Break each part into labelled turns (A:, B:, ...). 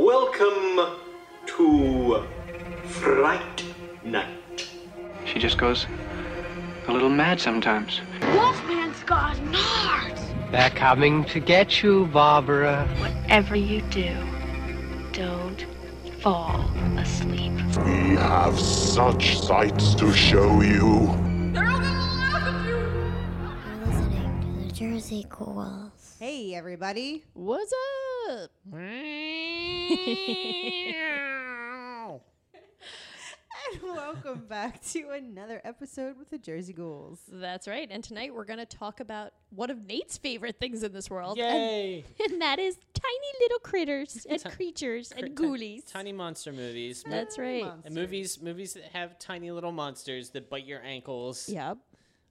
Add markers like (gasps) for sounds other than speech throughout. A: Welcome to Fright Night.
B: She just goes a little mad sometimes.
C: Wolfman's got nards.
D: They're coming to get you, Barbara.
C: Whatever you do, don't fall asleep.
E: We have such sights to show you.
C: They're all gonna laugh at you.
F: You're listening to the Jersey Ghouls.
G: Hey, everybody.
H: What's up?
G: And welcome back to another episode with the Jersey Ghouls.
H: That's right. And tonight we're going to talk about one of Nate's favorite things in this world.
I: Yay!
H: (laughs) And, and that is tiny little
I: (laughs)
H: critters and creatures and
I: Cri- ti-
H: ghoulies.
I: Tiny monster movies. Mo-
H: That's right.
I: and movies movies that have tiny little monsters that bite your ankles.
H: Yep.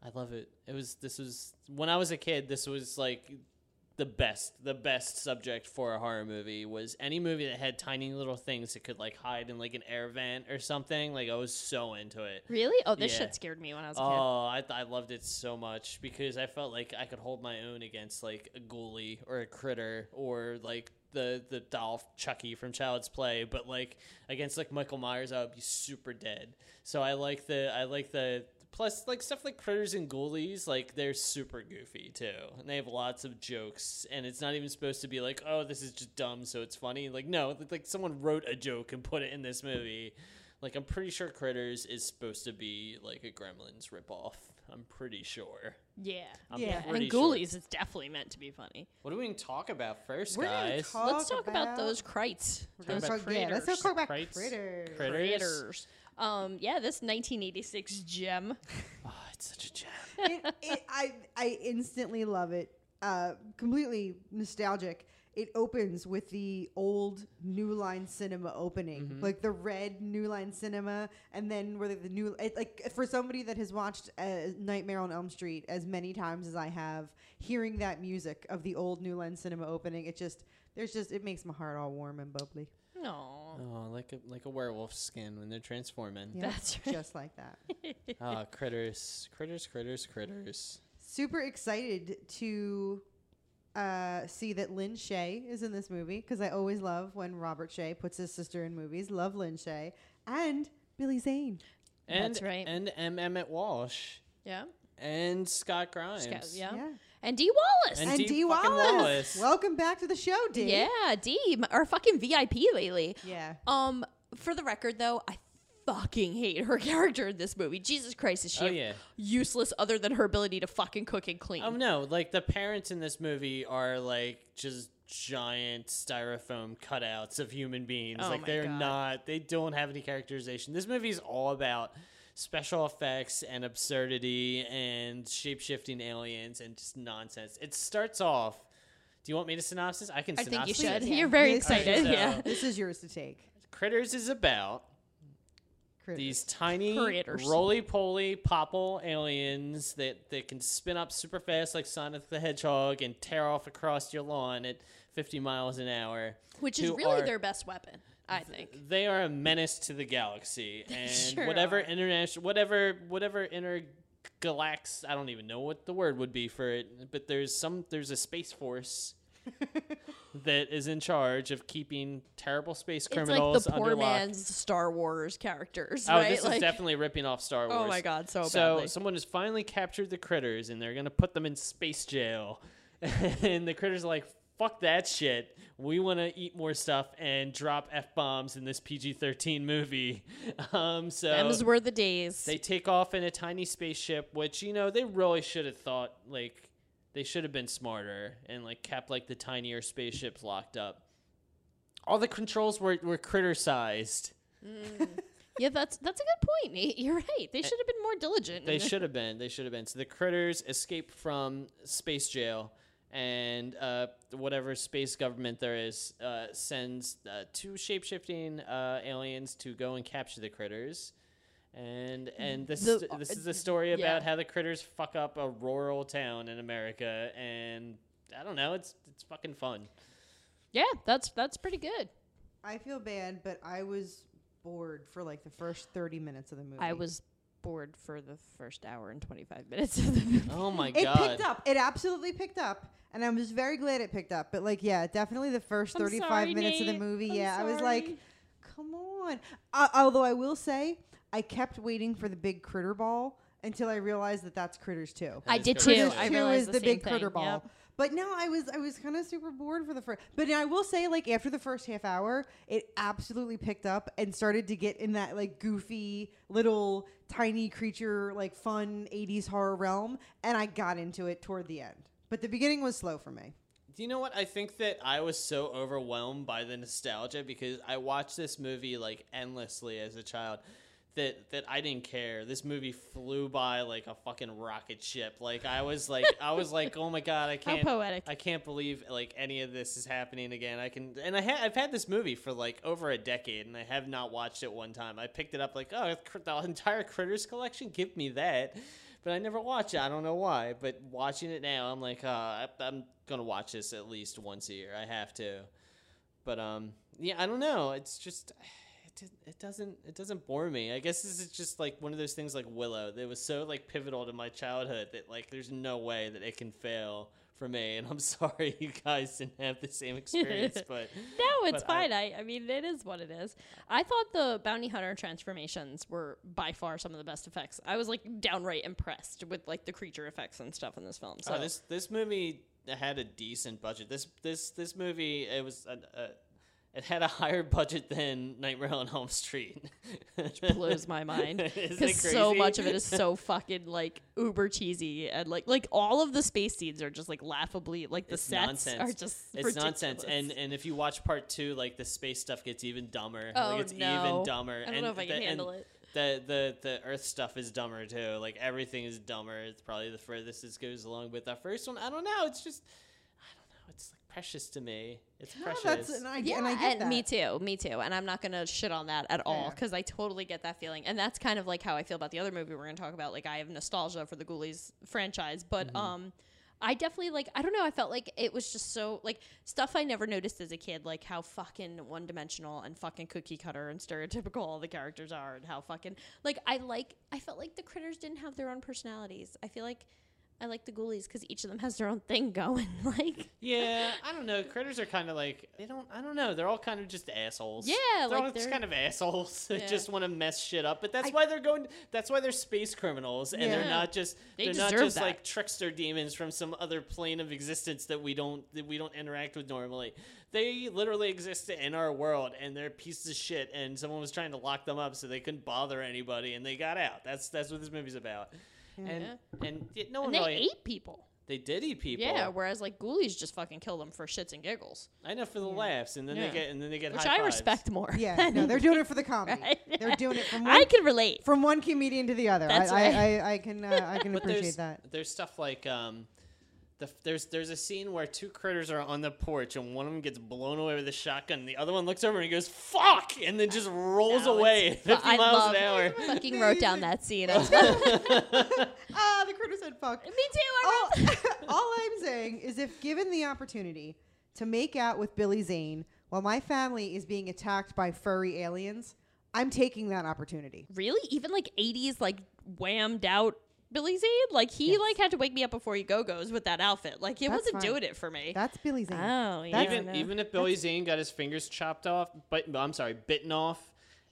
I: I love it. It was this was when I was a kid, this was like the best the best subject for a horror movie was any movie that had tiny little things that could like hide in like an air vent or something. Like I was so into it.
H: Really? Oh, this
I: Yeah.
H: shit scared me when I was a kid.
I: Oh, I, th- I loved it so much because I felt like I could hold my own against like a ghoulie or a critter or like the the doll Chucky from Child's Play, but like against like Michael Myers, I would be super dead. So I like the I like the plus like stuff like critters and ghoulies like they're super goofy too and they have lots of jokes and it's not even supposed to be like oh this is just dumb so it's funny like no like someone wrote a joke and put it in this movie like I'm pretty sure Critters is supposed to be like a Gremlins ripoff. I'm pretty sure.
H: Yeah.
I: I'm
G: Yeah.
I: pretty
H: And
I: sure.
H: ghoulies is definitely meant to be funny.
I: What do we talk about 1st
G: We're gonna
I: guys?
G: talk-
H: Let's talk about,
G: about-
H: those crites.
G: We're gonna
H: Those
G: talk, yeah, let's talk about
I: Critters.
G: critters.
I: Critters.
H: critters. Um, yeah, this 1986 gem.
I: oh, it's such a gem.
G: it, it, I, I instantly love it. Uh, completely nostalgic. It opens with the old New Line Cinema opening,
I: Mm-hmm.
G: like the red New Line Cinema, and then where the, the new it, like for somebody that has watched uh, Nightmare on Elm Street as many times as I have, hearing that music of the old New Line Cinema opening, it just there's just it makes my heart all warm and bubbly,
H: No.
I: Oh, like a like a werewolf skin when they're transforming.
G: Yeah,
H: That's right.
G: just like that.
I: Ah, critters, critters, critters, critters.
G: super excited to uh, see that Lynn Shay is in this movie because I always love when Robert Shay puts his sister in movies. Love Lynn Shay and Billy Zane.
I: And,
H: That's right.
I: And M. Emmett Walsh
H: Yeah.
I: and Scott Grimes.
H: Scout, yeah.
G: Yeah.
H: And D. Wallace.
I: And
G: And,
I: Dee
G: Dee
I: fucking
G: Wallace.
I: Wallace.
G: Welcome back to the show, Dee.
H: Yeah, D, m- our fucking VIP lately.
G: Yeah.
H: Um, for the record though, I fucking hate her (laughs) character in this movie. Jesus Christ, is she
I: Oh, yeah.
H: useless other than her ability to fucking cook and clean?
I: Oh no! Like the parents in this movie are like just giant styrofoam cutouts of human beings.
H: Oh
I: like
H: my
I: they're
H: God.
I: not. They don't have any characterization. This movie is all about special effects and absurdity and shape shifting aliens and just nonsense. It starts off. Do you want me to synopsis? I can.
H: I think you
I: synopsis
H: should.
I: it.
H: You're very
G: Yes,
H: excited.
I: so-
H: yeah.
G: This is yours to take.
I: Critters is about
G: Critters.
I: these tiny
H: Critters.
I: roly poly popple aliens that, that can spin up super fast like Sonic the Hedgehog and tear off across your lawn at 50 miles an hour.
H: Which is
I: who
H: really
I: are-
H: their best weapon, I think.
I: They are a menace to the galaxy, and
H: sure
I: whatever
H: are.
I: international, whatever whatever intergalax, I don't even know what the word would be for it, but there's some there's a
H: (laughs)
I: space force that is in charge of keeping terrible space
H: It's like
I: criminals
H: the poor
I: under lock.
H: man's Star Wars characters, (laughs)
I: Oh,
H: right?
I: this
H: like,
I: is definitely ripping off Star Wars.
H: Oh my God, so
I: so
H: badly.
I: someone has finally captured the critters, (laughs) and they're gonna put them in space jail. and the critters are like, fuck that shit. We want to eat more stuff and drop f bombs in this PG thirteen movie. (laughs) Um, so
H: Them's were the days.
I: they take off in a tiny spaceship, which you know they really should have thought like they should have been smarter and like kept like the tinier spaceships locked up. All the controls were were critter sized.
H: yeah, that's that's a good point, Nate. (laughs) You're right. They should have been more diligent. (laughs)
I: They should have been. They should have been. So the critters escape from space jail, and uh, whatever space government there is uh, sends uh, two shapeshifting uh, aliens to go and capture the critters. And and this
H: The-
I: this is a story about
H: yeah.
I: how the critters fuck up a rural town in America, and I don't know. It's it's fucking fun.
H: Yeah, that's that's pretty good.
G: I feel bad, but I was bored for like the first 30 minutes of the movie.
H: I was bored for the first hour and 25 minutes of the (laughs) movie.
I: Oh my
G: It
I: god!
G: picked up. It absolutely picked up. And I was very glad it picked up. But like, yeah, definitely the 1st
H: I'm
G: 35
H: sorry,
G: minutes of
H: Nate.
G: the movie.
H: I'm
G: yeah, I was like,
H: sorry.
G: come on. Uh, although I will say, I kept waiting for the big critter ball until I realized that that's critters too.
H: I did too.
G: Critters
H: I
G: Two
H: realized
G: is the,
H: the same
G: big
H: thing,
G: critter ball.
H: yep.
G: But no, I was I was kind of super bored for the first. But I will say, like after the first half hour, it absolutely picked up and started to get in that like goofy little tiny creature like fun '80s horror realm, and I got into it toward the end. But the beginning was slow for me.
I: Do you know what? I think that I was so overwhelmed by the nostalgia because I watched this movie like endlessly as a child that that I didn't care. This movie flew by like a fucking rocket ship. Like I was like I was like, "Oh my god, I
H: How
I: can't
H: poetic.
I: I can't believe like any of this is happening again." I can and I ha- I've had this movie for like over a decade and I have not watched it one time. I picked it up like, "Oh, cr- the (laughs) entire Critters collection, give me that." But I never watched it. I don't know why. But watching it now, I'm like, uh, I, I'm gonna watch this at least once a year. I have to. But um, yeah, I don't know. It's just it, did- it doesn't it doesn't bore me. I guess this is just like one of those things like Willow that was so like pivotal to my childhood that like there's no way that it can fail for me. And I'm (laughs) sorry you guys didn't have the
H: (laughs)
I: same experience, but
H: No, it's
I: but I-
H: fine. I, I mean, it is what it is. I thought the bounty hunter transformations were by far some of the best effects. I was like downright impressed with like the creature effects and stuff in this film. So
I: Oh, this this movie had a decent budget. This this this movie it was a, a, it had a higher budget than Nightmare on Elm Street. Which
H: blows my mind
I: (laughs) Isn't it
H: because so
I: crazy?
H: much of it is
I: (laughs)
H: so fucking like uber cheesy and like like all of the space scenes are just like laughably like the
I: it's
H: sets
I: nonsense.
H: are just
I: it's nonsense. And
H: ridiculous.
I: and if you watch part two, like the space stuff gets even dumber.
H: Oh,
I: like it's
H: no.
I: even dumber.
H: I don't
I: and
H: know if I can
I: the- and
H: handle it.
I: The, the the Earth stuff is dumber too. Like everything is dumber. It's probably the furthest this goes along. But that first one, I don't know. It's just I don't know. It's like precious to me. It's precious.
G: That's an idea,
H: yeah,
G: and I get that.
H: me too, me too. And I'm not gonna shit on that at all
G: Fair.
H: because I totally get that feeling. And that's kind of like how I feel about the other movie we're gonna talk about. Like I have nostalgia for the Ghoulies franchise, but
G: Mm-hmm.
H: um, I definitely like I don't know. I felt like it was just so like stuff I never noticed as a kid, like how fucking one dimensional and fucking cookie cutter and stereotypical all the characters are, and how fucking like I like I felt like the critters didn't have their own personalities. I feel like. I like the Ghoulies because each of them has their own thing going. (laughs) Like,
I: Yeah, I don't know. Critters are kind of like they don't. I don't know. They're all kind of just assholes.
H: Yeah,
I: they're
H: like
I: all just
H: they're-
I: kind of assholes. (laughs) They
H: Yeah.
I: just want to mess shit up. But that's
G: I-
I: why they're going. That's why they're space criminals, and they're
H: Yeah.
I: not just.
H: They
I: are not
H: deserve
I: just
H: that.
I: like trickster demons from some other plane of existence that we don't that we don't interact with normally. They literally exist in our world, and they're pieces of shit. And someone was trying to lock them up, so they couldn't bother anybody, and they got out. That's that's what this movie's about. And and yeah,
G: Oh,
I: no one
H: and they
I: really.
H: ate people.
I: They did eat people.
H: Yeah, whereas like ghoulies just fucking kill them for shits and giggles,
I: I know for the laughs, and then
H: Yeah.
I: they get and then they get
H: which
I: high
H: I
I: fives.
H: respect more. (laughs)
G: Yeah, no, they're doing it for the comedy.
H: Right?
G: They're doing it from one,
H: I can relate.
G: from one comedian to the other.
H: That's
G: I,
H: (laughs) right.
G: I, I, I can uh, I can appreciate
I: there's,
G: that.
I: There's stuff like um, the, f- there's there's a scene where two critters are on the porch, and one of them gets blown away with a shotgun, and the other one looks over and he goes "fuck," and then just rolls
G: (laughs)
H: No,
I: away at
H: it's-
I: 50
H: I
I: miles
H: love-
I: an hour.
H: I fucking wrote down that scene.
I: (laughs)
H: I was like, Me too.
G: Ah, the critter said fuck.
H: I
G: all,
H: wrote
G: all I'm saying is if given the opportunity to make out with Billy Zane while my family is being attacked by furry aliens, I'm taking that opportunity.
H: really even like '80s like whammed out Billy Zane. Like he like had to wake me up before he go goes with that outfit. Like it
G: That's
H: wasn't
G: fine.
H: doing it for me.
G: That's Billy Zane.
H: Oh, yeah.
G: That's-
I: even even if Billy Zane got his fingers chopped off, but I'm sorry, bitten off,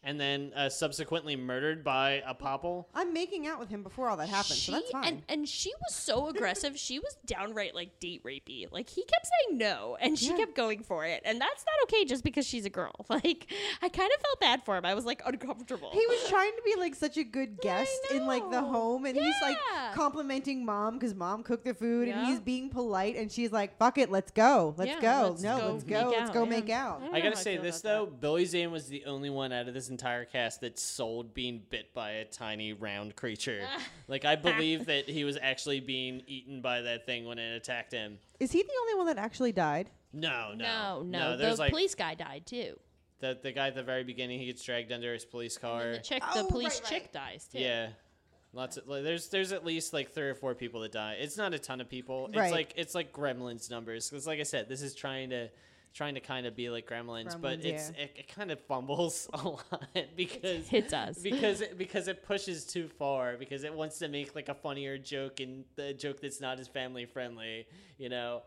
I: and then uh, subsequently murdered by a popple.
G: I'm making out with him before all that happens, so that's
H: She-
G: fine.
H: And and she was so aggressive. she was downright like date rapey. Like he kept saying no, and she kept going for it, and that's not okay just because she's a girl. (laughs) Like I kind of felt bad for him. I was like uncomfortable.
G: he was trying to be like such a good guest in like
H: Oh.
G: the home, and he's like
H: Yeah.
G: complimenting mom because mom cooked the food, and
H: Yeah.
G: he's being polite, and she's like, "Fuck it, let's go, let's
H: Yeah,
G: go,
H: let's
G: no,
H: go
G: let's
H: make
G: go, let's
H: out,
G: go
H: yeah.
G: make out."
H: I
I: I gotta say this though, Billy Zane was the only one out of this entire cast that sold being bit by a tiny round creature. like I believe that he was actually being eaten by that thing when it attacked him.
G: Is he the only one that actually died?
I: No,
H: no,
I: no,
H: no.
I: there's
H: the
I: like
H: police guy died too.
I: the the guy at the very beginning. He gets dragged under his police car.
H: The chick,
G: Oh,
H: the police chick dies too.
I: Yeah. Lots of like, there's there's at least like three or four people that die. It's not a ton of people.
G: Right.
I: It's like it's like Gremlins numbers because like I said, this is trying to trying to kind of be like Gremlins, but
H: Gremlins,
I: it's
H: yeah.
I: it, it kind of fumbles (laughs) a lot
H: (laughs)
I: because
H: It does.
I: because
H: (laughs)
I: it, because it pushes too far because it wants to make like a funnier joke and the joke that's not as family friendly, you know.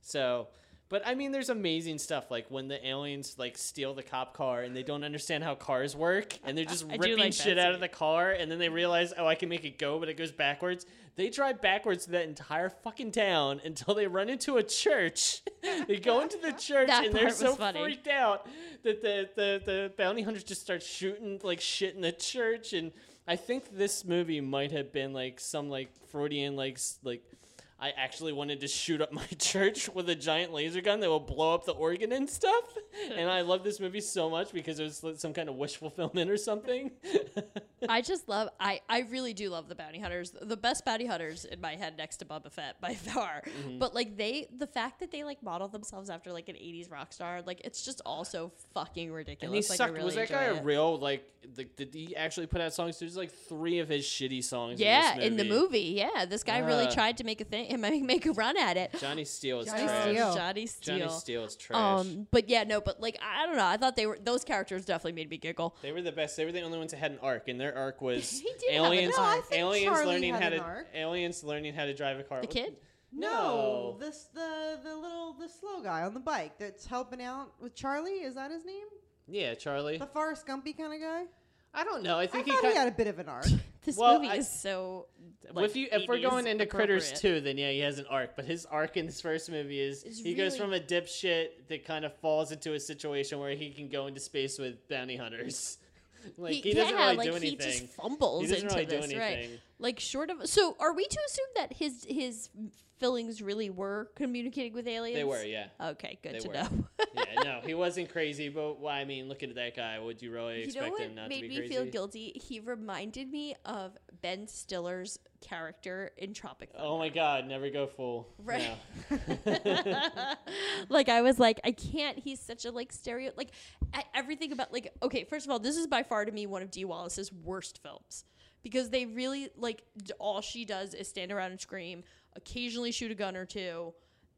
I: So. But I mean, there's amazing stuff like when the aliens like steal the cop car and they don't understand how cars work and they're just
H: I do
I: ripping
H: like that
I: shit out of the car and then they realize oh i can make it go but it goes backwards they drive backwards to that entire fucking town until they run into a church (laughs) they go into the church
H: That
I: and they're
H: part was
I: so
H: funny.
I: freaked out that the, the, the bounty hunters just start shooting like shit in the church and i think this movie might have been like some like freudian like s- like I actually wanted to shoot up (laughs) my church with a giant laser gun that will blow up the organ and stuff. And I love this movie so much because it was like, some kind of wish fulfillment or something.
H: I just love I I really do love the bounty hunters. The best bounty hunters in my head next to Boba Fett by (laughs) far.
I: Mhm.
H: But like they the fact that they like model themselves after like an 80s rock star, like it's just also fucking
I: And he
H: ridiculous. like, I
I: sucked.
H: really
I: was that
H: enjoy
I: guy
H: it.
I: a real like? The, did he actually put out songs? There's like three of his shitty songs.
H: yeah,
I: in, this
H: in the movie. Yeah, this guy really
I: Yeah.
H: tried to make a thing, (laughs) make make a run at it.
I: Johnny Steele is
H: Johnny
I: trash.
H: Steele. Johnny Steele.
I: Johnny Steele is trash.
H: Um, but yeah, no, but like I don't know. I thought they were those characters definitely made me giggle.
I: they were the best. They were the only ones that had an arc, and their
H: (laughs)
I: arc was
H: He did have an
I: aliens.
H: arc. No, I
G: think
I: aliens
G: Charlie
I: learning
G: had
I: how
G: an
I: to
G: arc.
I: aliens learning how to drive a car.
H: The kid?
G: No,
I: No.
G: this the the little the slow guy on the bike that's helping out with Charlie. Is that his name?
I: Yeah, Charlie.
G: The Forrest Gumpy kind of guy.
I: I don't know. I
G: I
I: think
G: thought
I: he,
G: he
I: cut-
G: had a bit of an arc.
H: This
I: Well,
H: movie
I: I-
H: is so
I: Well, if
H: like,
I: you if we're
H: 80s
I: going into Critters
H: appropriate.
I: too, then yeah, he has an arc. But his arc in this first movie is
H: Is
I: he goes
H: really-
I: from a dipshit that kind of falls into a situation where he can go into space with bounty hunters. (laughs) like he, doesn't
H: yeah,
I: really
H: like
I: do anything.
H: He just fumbles
I: He doesn't
H: into
I: really do
H: this, right?
I: anything.
H: Like short of. So, are we to assume that his his fillings really were communicating with aliens?
I: They were, yeah.
H: Okay, good
I: They
H: to
I: were.
H: know.
I: yeah,
H: (laughs)
I: no, he wasn't crazy, but well, I mean, looking at that guy, would you really
H: You
I: expect
H: know what
I: him not
H: made
I: to be
H: me
I: crazy?
H: feel guilty? He reminded me of Ben Stiller's character in Tropic Thunder.
I: Oh my god, never go full.
H: Right.
I: No.
H: (laughs) like I was like, I can't. He's such a like stereo. Like I, everything about like okay. First of all, this is by far to me one of D Wallace's worst films because they really like d- all she does is stand around and scream, occasionally shoot a gun or two.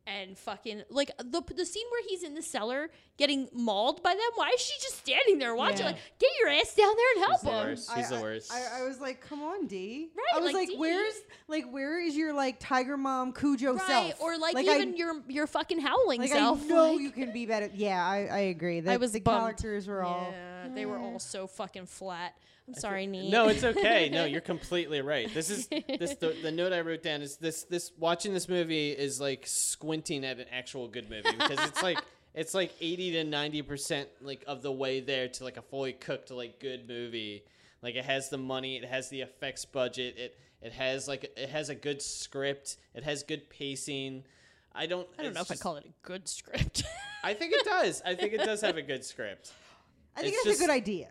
H: And fucking like the the scene where he's in the cellar getting mauled by them. Why is she just standing there watching?
I: Yeah.
H: Like, get your ass down there and help (laughs)
I: He's the
H: him.
I: worst. He's the worst.
G: I, I was like, come on, D.
H: Right,
G: I was
H: like,
G: like,
H: D.
G: where's like where is your like Tiger Mom Cujo
H: Right,
G: self?
H: or like,
G: I-
H: even your your fucking howling
G: like
H: self.
G: I know
H: Like-
G: you can be better. Yeah, I, I agree. The,
H: I was
G: the
H: bummed.
G: characters were all
H: Yeah, they were all so fucking flat. I'm sorry, Nee. (laughs)
I: No, it's okay. No, you're completely right. This is this the, the note I wrote down is this this watching this movie is like squinting at an actual good movie because
H: (laughs)
I: it's like it's like 80 to 90% like of the way there to like a fully cooked like good movie. Like it has the money, it has the effects budget, it it has like it has a good script, it has good pacing. I don't
H: I don't know if I call it a good script. (laughs)
I: I think it does. I think it does have a good script.
G: I think
I: It's
G: it's,
I: just-
G: a good
H: (laughs)
G: idea.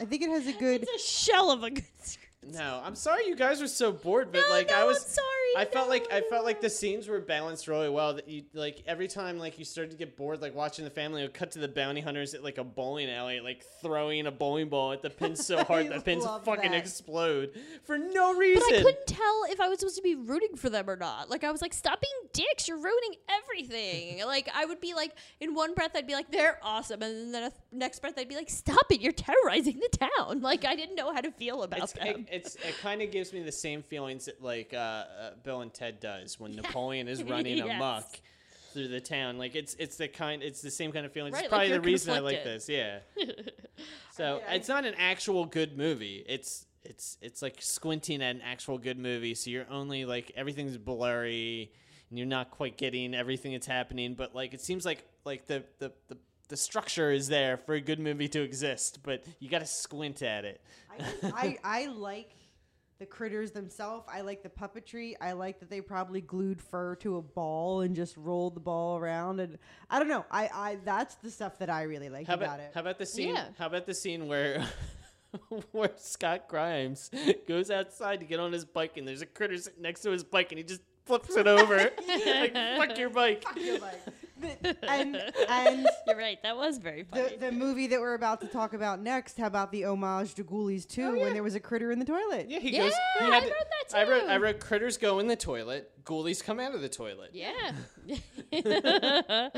G: I think it has a good
H: it's a shell of a good script.
I: No, I'm sorry you guys were so bored, but
H: No,
I: like
H: no,
I: I was
H: I'm sorry,
I: I felt
H: no,
I: like I felt like the scenes were balanced really well. That you like every time like you started to get bored, like watching the family, it would cut to the bounty hunters at like a bowling alley, like throwing a bowling ball at the pins
H: (laughs)
I: so hard the pins
G: love
I: fucking
G: that.
I: explode for no
H: But
I: reason.
H: I couldn't tell if I was supposed to be rooting for them or not. Like I was like, stop being dicks. You're ruining (laughs) everything. like I would be like, in one breath I'd be like, they're awesome, and then the next breath I'd be like, stop it. You're terrorizing the town. Like I didn't know how to feel about
I: it's,
H: them.
I: it, (laughs) it's it kind of gives
H: (laughs)
I: me the same feelings that like uh, uh, Bill and Ted does when Napoleon is running
H: Yes.
I: amok. through the town. Like it's it's the kind it's the same kind of feeling.
H: Right,
I: it's
H: like
I: probably
H: you're
I: the reason I like
H: conflicted.
I: this. Yeah.
H: (laughs)
I: so it's not an actual good movie. It's it's it's like squinting at an actual good movie. So you're only like everything's blurry and you're not quite getting everything that's happening. But like it seems like like the the the the structure is there for a good movie to exist, but you got to squint at it.
G: I, I like the critters themselves. I like the puppetry. I like that they probably glued fur to a ball and just rolled the ball around. And I don't know. I, I that's the stuff that I really like
I: How
G: about,
I: about
G: it.
I: how about the scene?
G: Yeah.
I: How about the scene where (laughs) where Scott Grimes goes outside to get on his bike and there's a critter sitting next to his bike and he just flips
H: (laughs)
I: it over. like fuck your bike.
G: Fuck your bike. and and
H: you're right. That was very funny.
G: the, the movie that we're about to talk about next, how about the homage to Ghoulies 2 when there was a critter in the toilet?
I: Yeah, he goes. he had- I wrote. I wrote. Critters go in the toilet. Ghoulies come out of the toilet.
H: Yeah. (laughs) um,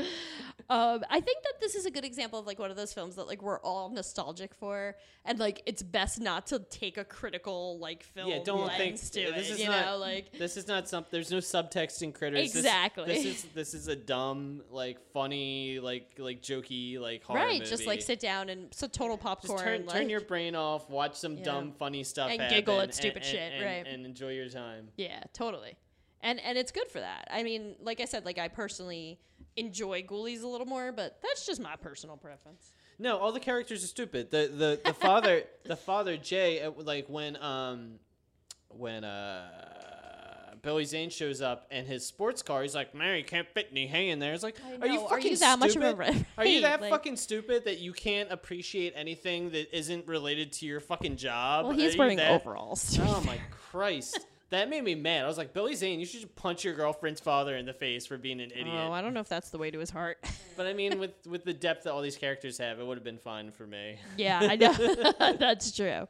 H: I think that this is a good example of like one of those films that like we're all nostalgic for, and like it's best not to take a critical like film
I: Yeah, don't
H: lens
I: think
H: to
I: this
H: it.
I: is
H: you
I: not,
H: know, like
I: this is not something. There's no subtext in critters. This-
H: Exactly.
I: This, is this is a dumb, like funny, like like jokey, like horror
H: right, just like
I: movie.
H: sit down and so total popcorn.
I: Just turn,
H: like,
I: turn your brain off, watch some
H: Yeah.
I: dumb, funny stuff,
H: And giggle
I: happen
H: at stupid
I: and-
H: shit,
I: and-
H: right.
I: And enjoy your time.
H: Yeah, totally. And and it's good for that. I mean, like I said, like I personally enjoy Ghoulies a little more, but that's just my personal preference.
I: No, all the characters are stupid. The the,
H: (laughs)
I: the father the father Jay uh, like when um when uh Billy Zane shows up and his sports car, he's like, "Man, you can't fit any hay in there." It's like,
H: I
I: are you
H: know,
I: fucking
H: are you that much of a
I: stupid?
H: red-
I: Are you
H: Right,
I: that
H: like-
I: fucking stupid that you can't appreciate anything that isn't related to your fucking job?
H: Well, he's
I: Are you
H: wearing
I: that-
H: overalls.
I: Oh
H: (laughs)
I: my Christ. That made me mad. I was like, Billy Zane, you should just punch your girlfriend's father in the face for being an idiot.
H: Oh, I don't know if that's the way to his heart. (laughs)
I: But I mean, with with the depth that all these characters have, it would have been fine for me.
H: yeah, I
I: (laughs)
H: know. (laughs) that's true.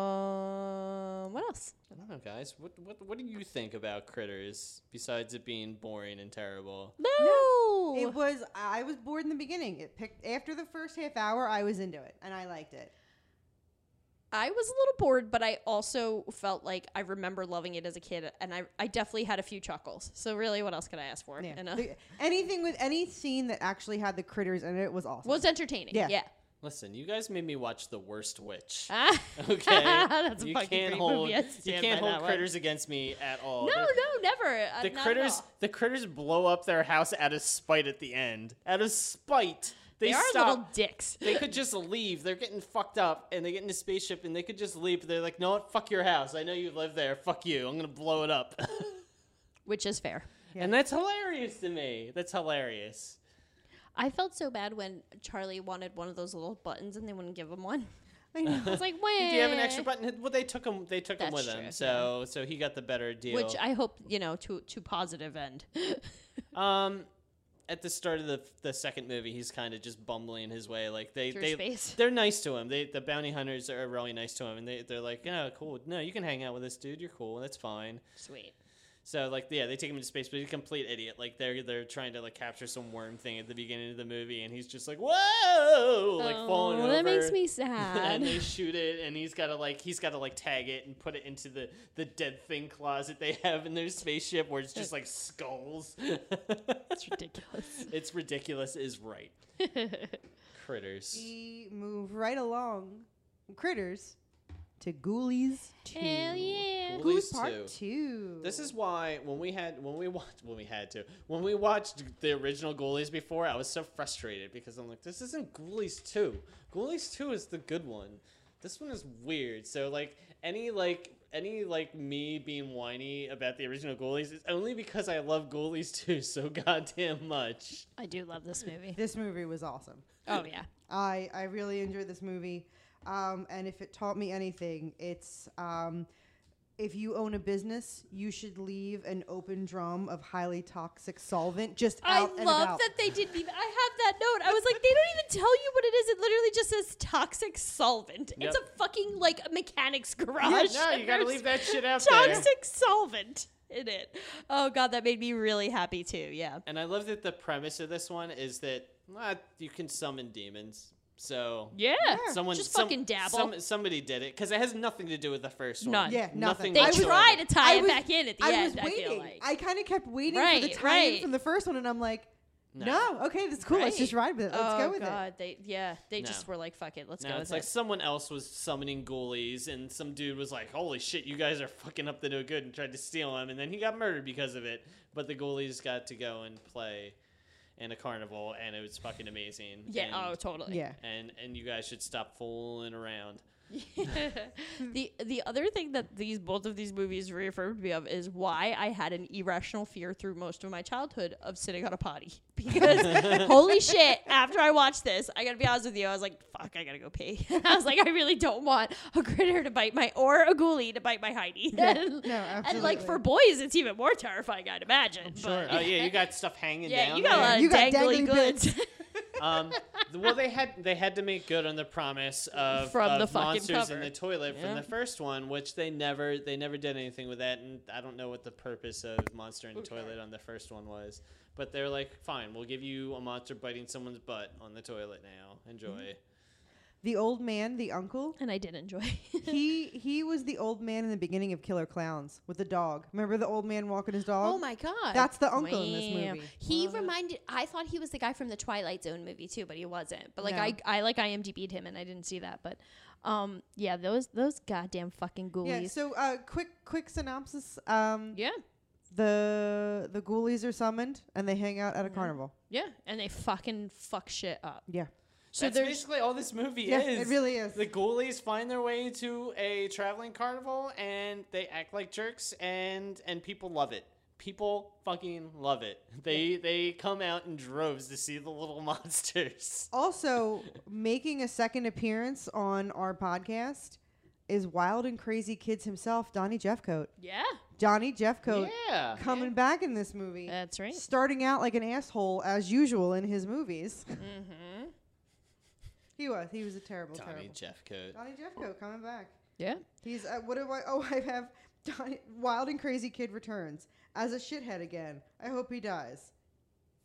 H: Um, what else?
I: I don't know, guys. What what what do you think about Critters besides it being boring and terrible?
H: No.
G: It was I was bored in the beginning. It picked after the first half hour I was into it and I liked it.
H: I was a little bored, but I also felt like I remember loving it as a kid, and I, I definitely had a few chuckles. So really, what else could I ask for? uh,
G: Yeah.
H: You know?
G: The- anything with any scene that actually had the critters in it was awesome.
H: (laughs) was entertaining.
G: Yeah.
H: yeah.
I: Listen, you guys made me watch The Worst Witch.
H: Ah. (laughs)
I: Okay,
H: That's a
I: you
H: fucking
I: can't
H: great
I: hold
H: movie. I
I: you
H: stand
I: can't
H: by
I: hold
H: that one.
I: Critters against me at all.
H: No,
I: They're-
H: no, never. Uh,
I: The
H: not at
I: critters,
H: all.
I: the critters blow up their house out of spite at the end. Out of spite, they,
H: They are
I: stop.
H: little dicks.
I: They could just leave. They're getting fucked up, and they get in a spaceship, and they could just leave. But they're like, "No, fuck your house. I know you live there. Fuck you. I'm gonna blow it up." (laughs)
H: Which is fair.
I: And that's hilarious to me. That's hilarious.
H: I felt so bad when Charlie wanted one of those little buttons and they wouldn't give him one. I know. I was (laughs) like, wait.
I: Do you have an extra button? Well, they took him. They took him
H: Eh. That's
I: with
H: true, yeah.
I: him. So, so he got the better deal.
H: Which I hope you know to to positive end. (laughs)
I: um, at the start of the the second movie, he's kind of just bumbling his way. Like they
H: Through
I: they
H: space.
I: they're nice to him. They the bounty hunters are really nice to him, and they they're like, yeah, cool. No, you can hang out with this dude. You're cool. That's fine.
H: Sweet.
I: So like yeah, they take him into space, but he's a complete idiot. Like they're they're trying to like capture some worm thing at the beginning of the movie, and he's just like whoa, like falling
H: Oh,
I: over.
H: that makes me
I: (laughs) and they
H: sad.
I: shoot it, and he's got to like he's got to like tag it and put it into the the dead thing closet they have in their spaceship, where it's just like skulls. (laughs)
H: That's ridiculous.
I: it's ridiculous, is right. Critters.
G: We move right along from critters to ghoulies 2.
H: Hell yeah.
G: Ghoulies
I: Ghoulies
G: part 2.
I: This is why when we had when we watched when we had to when we watched the original Ghoulies before, I was so frustrated because I'm like, this isn't Ghoulies two. Ghoulies two is the good one. This one is weird. So like any like any like me being whiny about the original Ghoulies is only because I love Ghoulies two so (laughs) goddamn much.
H: I do love this movie.
G: This movie was awesome.
H: Oh yeah.
G: I, I really enjoyed this movie. Um, and if it taught me anything, it's um, if you own a business, you should leave an open drum of highly toxic solvent just
H: I
G: out and
H: love
G: about.
H: that they didn't even. I have that note. I was like, they don't even tell you what it is. It literally just says toxic solvent. It's
I: Yep.
H: a fucking like a mechanic's garage.
I: no,
H: and
I: you gotta
H: there's
I: leave that shit out there.
H: Toxic solvent in it. Oh god, that made me really happy too. Yeah.
I: And I love that the premise of this one is that ah, you can summon demons. So
H: Yeah. Yeah.
I: someone
H: Just
I: some-
H: fucking dabble.
I: some- somebody did it because it has nothing to do with the first
H: None.
I: one.
H: Yeah,
I: nothing.
H: nothing. They
I: whatsoever.
H: tried to tie
G: I
H: it
G: was-
H: back in at the
G: I
H: end.
G: was
H: I
G: waiting.
H: feel like
G: I kind of kept waiting for
H: Right,
G: the time
H: right.
G: from the first one, and I'm like,
I: No.
G: no, okay, that's cool. Let's just
H: Right.
G: ride with it. Let's
H: oh,
G: go with
H: God.
G: it.
H: They yeah. They
I: No.
H: just were like, fuck it. Let's
I: No,
H: go with
I: it's like
H: it.
I: someone else was summoning ghoulies, and some dude was like, "Holy shit, you guys are fucking up to no good," and tried to steal him, and then he got murdered because of it. But the ghoulies got to go and play in a carnival, and it was fucking amazing.
H: Yeah.
I: And-
H: oh, totally.
G: Yeah.
I: And and you guys should stop fooling around.
H: the the other thing that these both of these movies reaffirmed me of is why I had an irrational fear through most of my childhood of sitting on a potty. (laughs) Because
I: (laughs)
H: holy shit, after I watched this, I gotta be honest with you, I was like, fuck, I gotta go pee. (laughs) I was like, I really don't want a critter to bite my or a ghoulie to bite my Heidi. (laughs) and,
G: no,
H: and like for
G: absolutely.
H: boys, it's even more terrifying, I'd imagine. Sure.
I: Oh yeah, you got stuff
H: (laughs)
I: hanging
H: yeah,
I: down.
H: you got a
I: there.
H: lot of
G: You got
H: dangly,
G: dangly
H: goods.
I: Um, th- well, they had they had to make good on the promise of,
H: From the
I: of
H: fucking
I: monsters
H: cover.
I: in the toilet
H: Yeah.
I: from the first one, which they never they never did anything with that, and I don't know what the purpose of monster in the toilet on the first one was, but they're like, fine, we'll give you a monster biting someone's butt on the toilet now. Enjoy.
G: The old man, the uncle,
H: (laughs) and I did enjoy.
G: he he was the old man in the beginning of Killer Clowns with the dog. Remember the old man walking his dog?
J: Oh my god.
G: That's the uncle in this
J: Wow.
G: movie.
J: He reminded I thought he was the guy from the Twilight Zone movie too, but he wasn't. But like
H: No.
J: I I like IMDb'd him and I didn't see that, but um yeah, those those goddamn fucking ghoulies.
G: Yeah. So, uh, quick quick synopsis. Um,
H: yeah.
G: the the ghoulies are summoned and they hang out at a carnival.
H: Yeah. And they fucking fuck shit up.
G: Yeah.
H: So
I: That's
H: there's
I: basically all this movie
G: Yeah,
I: is.
G: it really is.
I: The ghoulies find their way to a traveling carnival and they act like jerks and and people love it. People fucking love it. They they come out in droves to see the little (laughs) monsters.
G: Also, making a second appearance on our podcast is Wild and Crazy Kids himself, Donnie Jeffcoat.
H: Yeah.
G: Johnny Jeffcoat
I: Yeah.
G: coming back in this movie.
H: That's right.
G: Starting out like an asshole as usual in his movies.
H: Mm-hmm.
G: he was. He was a terrible, terrible.
I: Jeffcoat.
G: Donnie Jeffcoat coming back.
H: Yeah.
G: He's uh, what do I? Oh, I have Donnie, Wild and Crazy Kid returns as a shithead again. I hope he dies.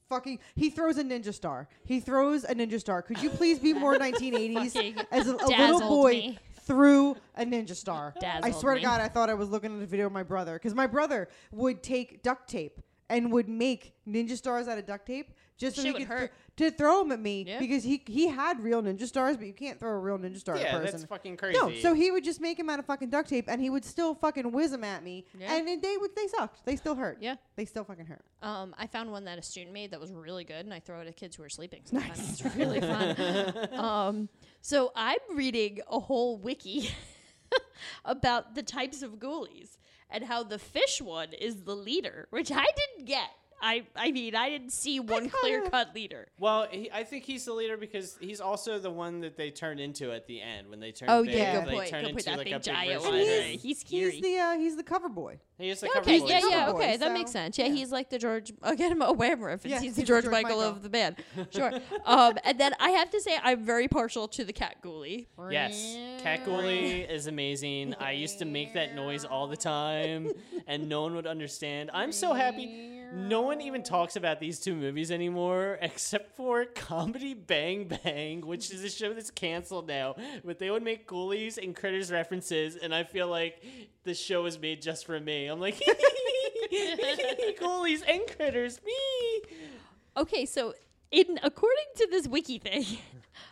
G: Fucking, he throws a ninja star. He throws a ninja star. Could you please be
H: (laughs)
G: more 1980s?
H: Fucking
G: As a, a little
H: dazzled
G: boy
H: me.
G: threw a ninja star. I
H: Dazzled
G: swear
H: me.
G: to God, I thought I was looking at a video of my brother because my brother would take duct tape and would make ninja stars out of duct tape just so
H: Shit
G: he
H: would
G: could thr-
H: hurt.
G: to throw them at me
H: Yeah.
G: because he he had real ninja stars, but you can't throw a real ninja star at
I: Yeah,
G: a person.
I: that's fucking
G: No,
I: crazy.
G: so he would just make him out of fucking duct tape, and he would still fucking whiz them at me,
H: Yeah.
G: and then they would they sucked. They still hurt.
H: Yeah.
G: they still fucking hurt.
H: Um, I found one that a student made that was really good, and I throw it at kids who are sleeping. Sometimes. It's really fun. um, so I'm reading a whole wiki (laughs) about the types of ghoulies and how the fish one is the leader, which I didn't get. I, I mean, I didn't see one
G: kinda-
H: clear cut leader.
I: Well, he, I think he's the leader because he's also the one that they turn into at the end when they turn.
H: Oh,
I: big,
H: yeah, good
I: they
H: point,
I: turn
H: good point,
I: into
H: that
I: like
H: big
I: a big
H: giant
I: version
H: one.
I: of
H: He's-
I: him.
H: he's scary.
G: He's the uh, he's the cover boy.
I: He is the cover
H: Okay,
I: boy.
H: yeah, yeah,
G: Cover
H: okay,
G: boy,
H: that makes
G: so-
H: sense. Yeah, he's like the George (laughs) again. I'm a whammer if
G: Yeah,
H: he's the George, Michael, of the band. Sure. um, and then I have to say I'm very partial to the cat ghoulie.
I: Yes, cat (laughs) ghoulie is amazing. I used to make that noise all the time, and no one would understand. I'm so happy. No one even talks about these two movies anymore, except for Comedy Bang Bang, which is a show that's canceled now. But they would make ghoulies and critters references, and I feel like the show was made just for me. I'm like, (laughs) ghoulies and critters, me.
H: Okay, so in according to this wiki thing, (laughs)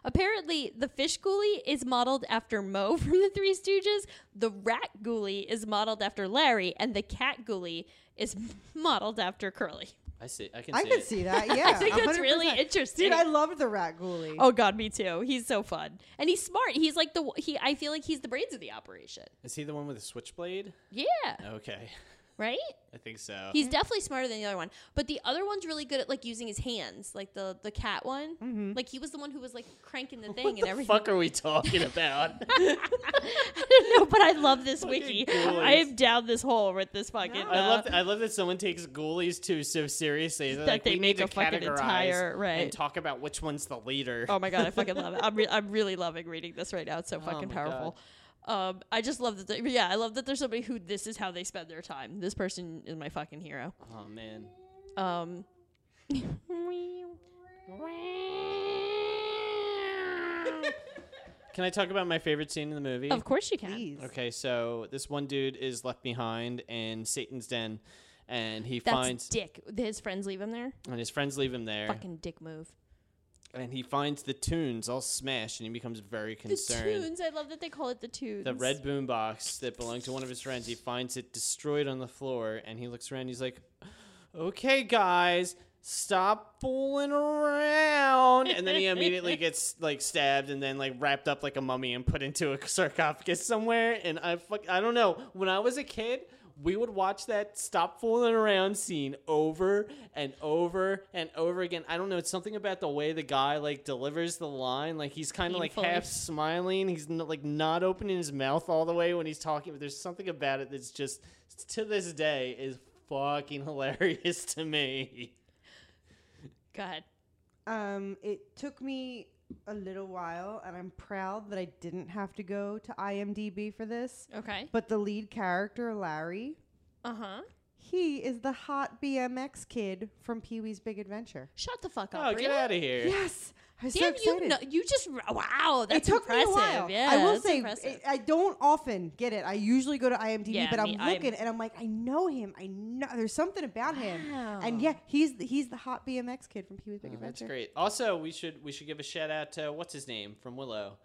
H: apparently the fish ghoulie is modeled after Mo (laughs) from the Three Stooges, the rat ghoulie is modeled after Larry, and the cat ghoulie is (laughs) modeled after Curly.
I: I see. I can.
G: I
I: see
G: could
I: it. (laughs)
G: see that. Yeah,
H: (laughs) I think that's really
G: 100%.
H: interesting.
G: Dude, I loved the rat ghoulie.
H: Oh god, me too. He's so fun, and he's smart. He's like the he. I feel like he's the brains of the operation.
I: Is he the one with the switchblade?
H: Yeah,
I: Okay,
H: right.
I: I think so.
H: He's definitely smarter than the other one, but the other one's really good at like using his hands, like the the cat one. Like he was the one who was like cranking the thing
I: Mm-hmm. (laughs) What
H: and
I: the
H: everything.
I: fuck are we talking (laughs) about?
H: I (laughs) don't know, but I love this wiki.
I: ghoulies.
H: I am down this hole with this fucking.
I: I love
H: uh,
I: I love that someone takes ghoulies too so seriously. They're
H: That
I: like,
H: they
I: we
H: make
I: need to
H: a fucking
I: categorize
H: entire- right.
I: and talk about which one's the leader.
H: Oh my god, I fucking love it. I'm re- I'm really loving reading this right now.
G: Oh
H: It's so fucking
I: Oh my
H: powerful. Um, I just love that. They, yeah, I love that there's somebody who this is how they spend their time. This person is my fucking hero.
I: Oh man.
H: Um.
I: Can I talk about my favorite scene in the movie?
H: Of course you can. Please.
I: Okay, so this one dude is left behind in Satan's den, and he
H: That's
I: finds
H: dick. His friends leave him there.
I: and his friends leave him there,
H: Fucking dick move.
I: and he finds the tunes all smashed, and he becomes very concerned.
H: The tunes. I love that they call it the tunes.
I: The red boom box that belonged to one of his friends, he finds it destroyed on the floor, and he looks around. He's like, "Okay, guys." Stop fooling around, and then he immediately gets like stabbed, and then like wrapped up like a mummy and put into a sarcophagus somewhere. And I fuck, I don't know. When I was a kid, we would watch that "Stop Fooling Around" scene over and over and over again. I don't know. It's something about the way the guy like delivers the line. Like he's kind of like
H: Painfully.
I: half smiling. He's n- like not opening his mouth all the way when he's talking. But there's something about it that's just to this day is fucking hilarious to me.
H: Go ahead.
G: Um, it took me a little while, and I'm proud that I didn't have to go to IMDb for this.
H: Okay.
G: But the lead character, Larry,
H: Uh huh.
G: he is the hot BMX kid from Pee Wee's Big Adventure.
H: Shut the fuck up.
I: Oh, get
H: really?
I: out of here!
G: Yes. I was so
H: Damn you!
G: excited.
H: kno- you just wow. That's
G: it took
H: impressive.
G: me a while.
H: Yeah,
G: I will
H: that's
G: say,
H: impressive.
G: it- I don't often get it. I usually go to IMDb,
H: Yeah,
G: but I'm
H: me- I'm-
G: looking and I'm like, I know him. I know there's something about him.
H: Wow.
G: And yeah, he's the, he's the hot BMX kid from Pee Wee's Big
I: Oh, that's
G: Adventure.
I: great. Also, we should we should give a shout out to what's his name from Willow,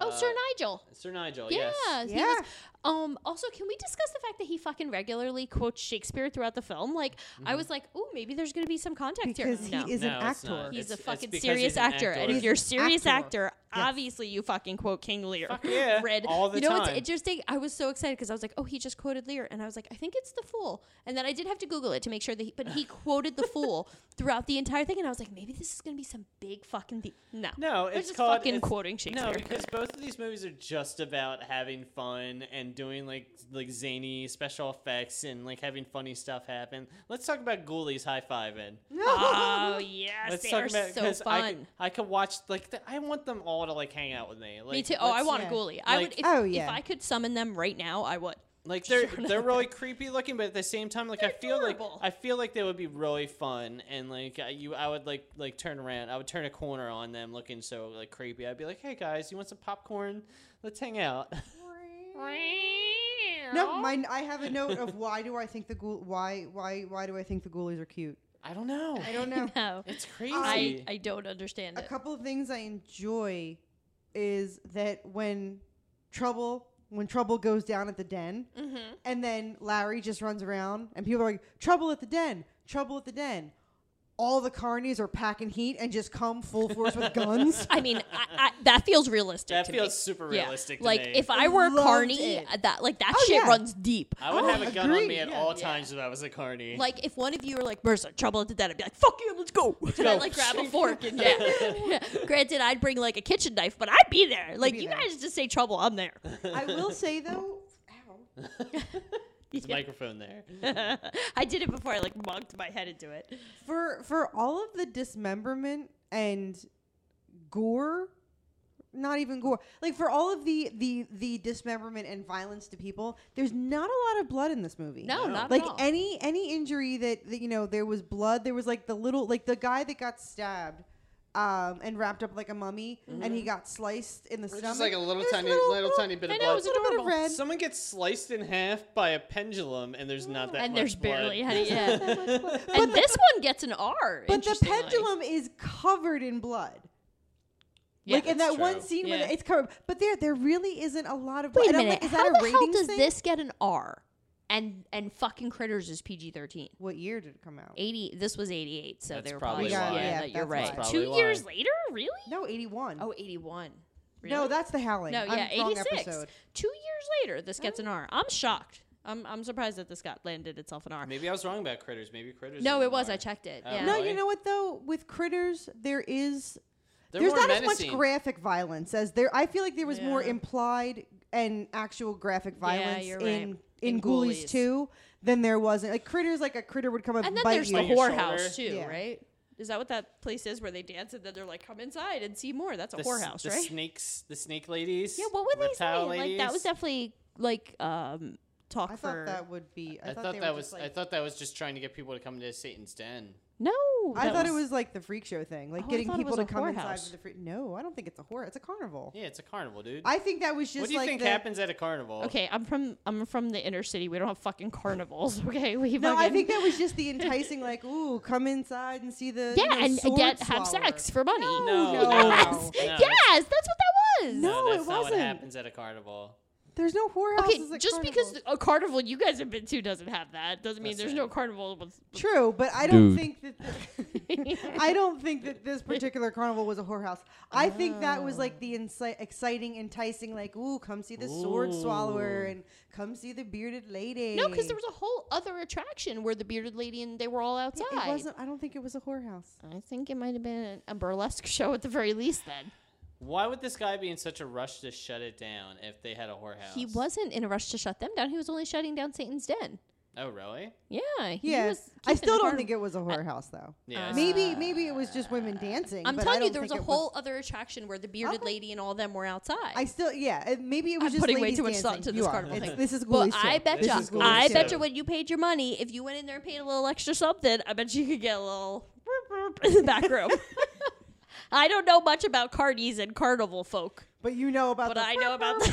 H: oh, Sir
I: uh,
H: Nigel.
I: Sir Nigel.
H: Yeah,
I: Yes.
H: he was- um. Also, can we discuss the fact that he fucking regularly quotes Shakespeare throughout the film? Like, I was like, oh, maybe there's gonna be some contact
G: Mm-hmm. Because
H: here. No.
G: he is an
I: No, it's not.
G: actor.
H: He's a
I: It's- it's
H: fucking
I: because
H: serious
I: he's an
H: actor, and
I: actor.
H: if you're a
G: He's an
H: serious
G: actor.
H: actor,
G: Yes.
H: obviously you fucking quote King Lear. (laughs)
I: Fuck yeah,
H: Read
I: all the
H: You know what's
I: time.
H: interesting? I was so excited because I was like, oh, he just quoted Lear, and I was like, I think it's the Fool, and then I did have to Google it to make sure that. He, but
I: (sighs)
H: he quoted the Fool throughout the entire thing, and I was like, maybe this is gonna be some big fucking de- no.
I: No,
H: They're
I: it's
H: just
I: called
H: fucking
I: it's-
H: quoting Shakespeare.
I: No, because both of these movies are just about having fun and doing like like zany special effects and like having funny stuff happen. Let's talk about Ghoulies High Fiving. (laughs)
H: oh yes,
I: Let's
H: they
I: talk
H: are
I: about
H: so
I: because I could,
H: fun.
I: I could watch like th- I want them all to like hang out with me. Like,
H: Me too. Oh, I
I: let's-
H: want
G: yeah.
H: a ghoulie. I
I: Like-
H: would. If,
G: Oh, yeah.
H: If I could summon them right now, I would. (laughs)
I: Like they're
H: Shut
I: they're
H: up.
I: really creepy looking, but at the same time, like I
H: They're
I: feel
H: adorable.
I: like I feel like they would be really fun, and like I, you, I would like like turn around, I would turn a corner on them looking so like creepy. I'd be like, hey guys, you want some popcorn? Let's hang out. (laughs)
G: No, mine. I have a note
H: (laughs)
G: of why do I think the ghoul? Why why why do I think the ghoulies are cute?
I: I don't know.
G: I
H: (laughs)
G: don't know.
H: No,
I: (laughs) It's crazy.
H: I I don't understand
G: a
H: it.
G: couple of things I enjoy is that when trouble when trouble goes down at the den,
H: Mm-hmm.
G: and then Larry just runs around, and people are like, "Trouble at the den! Trouble at the den!" All the carnies are packing heat and just come full force with guns.
H: (laughs) I mean, I, I, that feels realistic.
I: That
H: to
I: feels
H: me.
I: super
H: Yeah.
I: realistic to
H: Like
I: me.
H: if I were a
G: Loved
H: carny,
G: it.
H: uh, that like that
G: Oh,
H: shit
G: yeah.
H: runs deep.
I: I would have a gun on
G: agreed,
I: me at
G: yeah.
I: all times if I was a carny.
H: Like if one of you were like Mercer, trouble at the dead, I'd be like, "Fuck you, let's
I: (laughs)
H: go!" (laughs) and I
I: go.
H: like grab a fork and yeah. yeah. (laughs) Granted, I'd bring like a kitchen knife, but I'd be there. Like
G: be
H: you
G: there.
H: guys just say trouble, I'm there. (laughs)
G: I will say though, ow,
I: There's a microphone
H: (laughs)
I: there.
H: I did it before I like mugged my head into it.
G: for for all of the dismemberment and gore not even gore like for all of the the the dismemberment and violence to people there's not a lot of blood in this movie
H: No, No. not at
G: like
H: all.
G: any any injury that, that you know there was blood there was like the little like the guy that got stabbed um, and wrapped up like a mummy and
H: Mm-hmm.
G: he got sliced in the stomach There's
I: bit
H: I know, it was
G: little bit of
H: adorable.
G: red
I: Someone gets sliced in half by a pendulum, and there's not that
H: and
I: much
H: there's
I: blood.
H: barely any.
I: (laughs)
H: Yeah. (laughs)
G: (laughs)
H: and this one gets an R.
G: but the
H: interestingly.
G: pendulum is covered in blood
H: Yeah.
G: like in that one
I: true.
G: scene where
H: Yeah.
G: it's covered, but there there really isn't a lot of.
H: Wait
G: and
H: a
G: I'm
H: minute.
G: Like, is
H: how
G: that
H: the
G: a
H: hell
G: ratings
H: does
G: thing?
H: this get an R? And and fucking critters is PG thirteen.
G: What year did it come out?
H: Eighty. This was eighty eight. So
I: That's
H: they were
I: probably
H: probably,
G: why.
H: yeah.
G: Yeah,
H: that you're
G: that's why.
H: right.
I: That's
H: Two
I: probably
H: years
I: why.
H: later, really?
G: No, eighty one.
H: Oh, 81.
G: No,
H: Really?
G: that's the howling.
H: no,
G: I'm
H: yeah,
G: wrong
H: eighty six.
G: episode. Oh.
H: Two years later, this gets an R. I'm shocked. I'm I'm surprised that this got landed itself an R.
I: Maybe I was wrong about critters. Maybe critters.
H: No,
I: is
H: it was.
I: more-
H: I checked it.
I: Oh,
H: yeah.
G: No,
I: really?
G: you know what though? With critters, there is
I: They're
G: there's
I: more
G: not as
I: menacing.
G: much graphic violence as there. I feel like there was more
H: Yeah.
G: implied and actual graphic violence
H: you're
G: in
H: right.
G: in,
H: In
G: Ghoulies
H: Ghoulies.
G: too than there was. in- Like critters, like a critter would come up
H: And
G: and
H: then
G: bite
H: there's
G: you.
H: the
I: Bite your
H: whorehouse too,
I: shoulder.
G: Yeah.
H: right? Is that what that place is where they dance and then they're like, "Come inside and see more"? That's a
I: The s-
H: whorehouse,
I: the
H: right?
I: Snakes, the snake ladies.
H: Yeah, what were they
I: reptile
H: saying? Like that was
I: ladies.
H: definitely like um talk
G: I thought
H: for.
G: that would be. I,
I: I
G: thought,
I: thought
G: they
I: that
G: were
I: was
G: just, like,
I: I thought that was just trying to get people to come to Satan's den.
H: No,
G: I
H: that
G: thought it was like the freak show thing, like
H: Oh, I
G: getting
H: thought it
G: people
H: was
G: to
H: a
G: come inside
H: whorehouse.
G: for the freak. No, I don't think it's a whore. It's a carnival.
I: Yeah, it's a carnival, dude.
G: I think that was just
I: What do you
G: like
I: think
G: the-
I: happens at a carnival?
H: Okay, I'm from I'm from the inner city. We don't have fucking carnivals. (laughs) Okay, we
G: No, I
H: fucking-
G: think that was just the enticing, like, ooh, come inside and see the you
H: yeah,
G: know,
H: and
G: sword
H: get have
G: swallower.
H: sex for money.
I: No,
G: No.
I: no,
G: Yes.
I: no, that's-
H: yes, that's what that was.
I: no, that's not what happens at a carnival.
G: There's no whorehouse.
H: Okay, just because a carnival you guys have been to doesn't have that doesn't mean there's no carnival with. (laughs)
G: True, but I don't
H: Dude.
G: think that. th- (laughs) I don't think that this particular carnival was a whorehouse. I think that was like the inci- exciting, enticing, like, ooh, come see the sword swallower
H: Ooh.
G: and come see the bearded lady.
H: No, because there was a whole other attraction where the bearded lady and they were all outside.
G: It wasn't. I don't think it was a whorehouse.
H: I think it might have been a burlesque (laughs) show at the very least. Then
I: Why would this guy be in such a rush to shut it down if they had a whorehouse?
H: he wasn't in a rush to shut them down. He was only shutting down Satan's Den.
I: Oh, really?
H: Yeah. he
G: Yeah,
H: was
G: I still
H: keeping the
G: don't
H: carn-
G: think it was a whorehouse though.
I: Yeah.
G: Maybe maybe it was just women dancing.
H: I'm
G: but I
H: telling you,
G: don't
H: there was a
G: think it
H: whole other attraction where the bearded lady and all them were outside.
G: I still yeah. it- Maybe it was
H: I'm
G: just
H: putting way
G: ladies
H: too much
G: dancing.
H: thought into
G: You
H: this
G: are.
H: carnival
G: It's-
H: thing.
G: This is
H: Well,
G: Ghoulies
H: I
G: show.
H: bet
G: This
H: you,
G: is Ghoulies
H: I
G: show.
H: bet you, when you paid your money, if you went in there and paid a little extra something, I bet you could get a little (laughs) burp, burp in the
G: (laughs)
H: back room. I don't know much about carnies and carnival folk,
G: but you know about.
H: But I know (laughs) about. The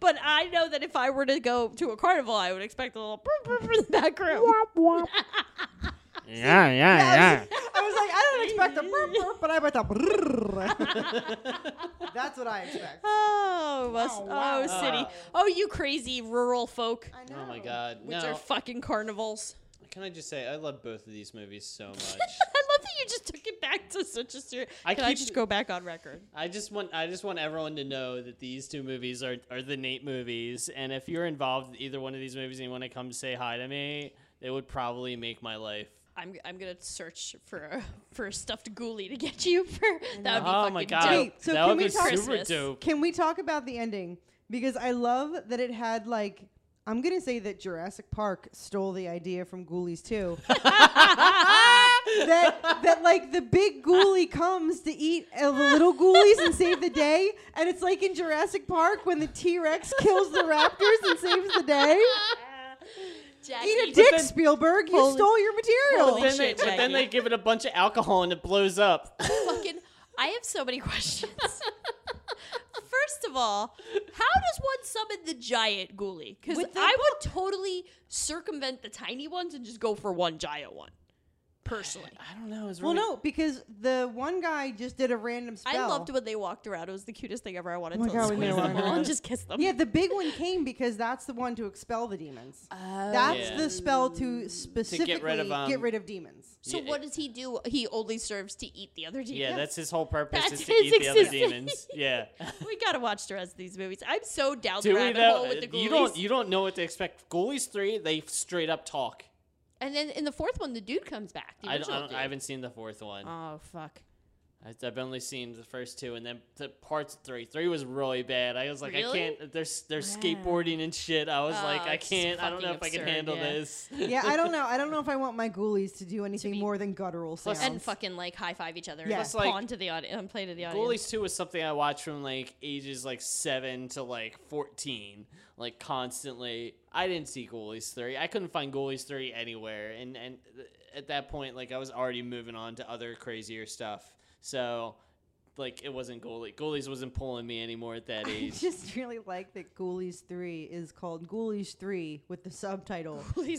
H: but I know that if I were to go to a carnival, I would expect a little burp, burp in the back room.
K: Yeah,
G: yeah, yeah. I was like, I don't expect a burp, burp, but I bet a brrrr. That's what I expect.
H: Oh, us-
G: wow,
H: oh,
G: wow.
H: city. Oh, you crazy rural folk.
I: Oh my god.
H: With
I: no.
H: their fucking carnivals.
I: Can I just say I love both of these movies so much.
H: I love that you just took it back to such a serious.
I: I
H: Can I
I: keep-
H: just go back on record?
I: I just want I just want everyone to know that these two movies are, are the Nate movies, and if you're involved in either one of these movies and you want to come say hi to me, it would probably make my life.
H: I'm, I'm gonna search for a, for a stuffed ghoulie to get you for that would be
I: Oh
H: fucking
I: my God.
H: dope.
I: Wait, so That can would we be talk- super
H: Christmas.
I: dope.
G: Can we talk about the ending? Because I love that it had like I'm gonna say that Jurassic Park stole the idea from Ghoulies
I: (laughs)
G: too. that that like the big ghoulie comes to eat uh, the little ghoulies and save the day, and it's like in Jurassic Park when the T Rex kills the raptors and saves the day. Eat a
H: (laughs) Jackie-
G: dick,
H: But then-
G: Spielberg. You
H: Holy-
G: stole your material.
I: But then, they, but then they give it a bunch of alcohol and it blows (laughs) up.
H: fucking. I have so many (laughs) questions. First of all, how does one summon the giant ghoulie? Because I
J: With the
H: would totally circumvent the tiny ones and just go for one giant one. Personally,
I: I don't know.
G: well, no, because the one guy just did a random spell.
H: I loved when they walked around. It was the cutest thing ever. I
G: Oh
H: wanted
G: my
H: to
G: God, when they
H: squeeze
G: were
H: them all
G: around.
H: and just kiss them.
G: Yeah, the big one came because that's the one to expel the demons. that's
H: Yeah.
G: the spell to specifically get rid of,
I: um,
G: demons.
H: So what does he do? He only serves to eat the other demons.
I: (laughs) Yeah, that's his whole purpose
H: That's
I: is to
H: his
I: eat the other
H: existence.
I: demons. Yeah.
H: (laughs) we gotta watch the rest of these movies. I'm so down
I: Do
H: the
I: we
H: rabbit
I: know?
H: hole with the ghoulies.
I: You don't you don't know what to expect. Ghoulies 3, they straight up talk.
H: and then in the fourth one, the dude comes back. The
I: I, don't, I,
H: original
I: don't, I haven't seen the fourth one.
H: dude. Oh fuck.
I: I, I've only seen the first two, and then the parts of three. Three was really bad. I was like,
H: Really?
I: I can't. They're s- they're skateboarding and shit. I was
H: Oh,
I: like, I
H: it's
I: can't. I don't know if
H: fucking
I: I can
H: absurd,
I: handle
H: yeah. (laughs)
I: this. (laughs)
G: yeah, I don't know. I don't know if I want my ghoulies to do anything more than guttural sounds.
H: and fucking like high five each other.
G: Yeah.
H: Yeah.
G: Plus,
I: like,
H: pawn to the audience. And play to the audience.
I: Ghoulies two was something I watched from like ages like seven to like fourteen, like constantly. I didn't see Ghoulies three. I couldn't find Ghoulies three anywhere, and and th- at that point, like I was already moving on to other crazier stuff. So. Like it wasn't goalie. Goalies wasn't pulling me anymore
H: (laughs)
I: at
G: (laughs)
I: that
G: I
I: age.
G: just really like that Ghoulies 3 is called Ghoulies 3 with the subtitle
H: Ghoulies,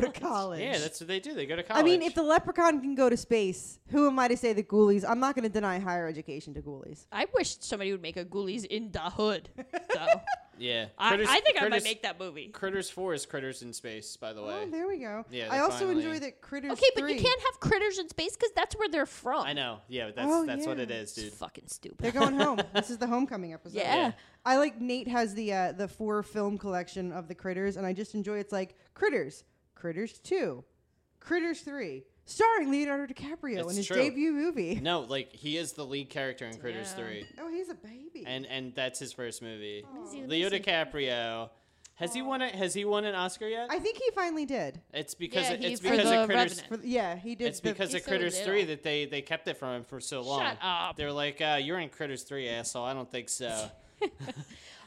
G: Go,
I: to
G: to College.
I: Yeah, that's what they do. They go to college.
G: I mean, if the leprechaun can go to space, who am I to say that ghoulies? I'm not going to deny higher education to ghoulies.
H: I wish somebody would make a Ghoulies in the hood.
G: (laughs)
H: Though
I: yeah,
H: I, I think I might make that movie.
I: Critters Four is Critters in Space, by the way.
G: Oh, there we go.
I: Yeah,
G: I
I: they
G: also
I: finally-
G: enjoy that Critters
H: Okay, but
G: 3
H: you can't have critters in space because that's where they're from.
I: I know. Yeah, but that's
G: Oh,
I: that's what
G: yeah.
I: it is, dude.
H: fucking stupid.
G: They're going home. this is the
H: (laughs)
G: homecoming episode.
H: Yeah. Yeah.
G: I like Nate has the uh, the four film collection of the critters, and I just enjoy it's like critters, critters two, critters three, starring Leonardo DiCaprio
I: It's
G: in his
I: true.
G: debut movie.
I: No, like he is the lead character in Critters
G: Yeah.
I: Three,
G: Oh, he's a baby.
I: and and that's his first movie.
G: he?
I: Leo DiCaprio. Has he won it? Has he won an Oscar yet?
G: I think he finally did.
I: it's because
G: Yeah,
I: it- it's
G: he- for
I: because
G: the
I: of Critters.
G: Revenant. For the- yeah, he did (laughs)
I: It's
G: the-
I: because
G: He's
I: of
G: so
I: Critters
G: little.
I: Three that they they kept it from him for so long.
G: (laughs)
H: up.
I: (laughs) They're like, uh, you're in Critters Three, asshole. I don't think so.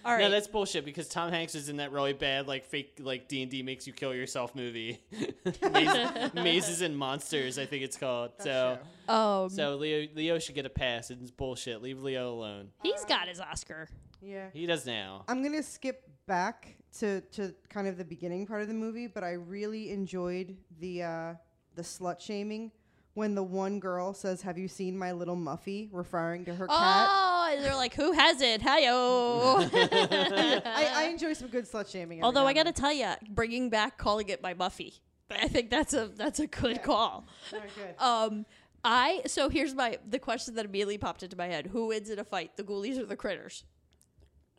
H: All right.
I: No, that's bullshit because Tom Hanks is in that really bad like fake like D and D makes you kill yourself movie, (laughs)
G: (laughs)
I: Maze, Mazes and Monsters, I think it's called. so,
H: Oh,
G: Um,
I: so Leo Leo should get a pass. It's bullshit. Leave Leo alone.
H: he's got his Oscar.
G: Yeah.
I: He does now.
G: I'm gonna skip back to to kind of the beginning part of the movie, but I really enjoyed the uh, the slut shaming when the one girl says, "Have you seen my little Muffy?" referring to her
I: (laughs)
G: cat.
H: Oh, and they're like, who has it? Hiyo.
G: I, I enjoy some good slut shaming. every
H: Although
G: now
H: I
G: and then.
H: gotta tell you, bringing back calling it my Buffy, I think that's a that's a good call. Um, I so here's my the question that immediately popped into my head: Who wins in a fight, the ghoulies or the critters?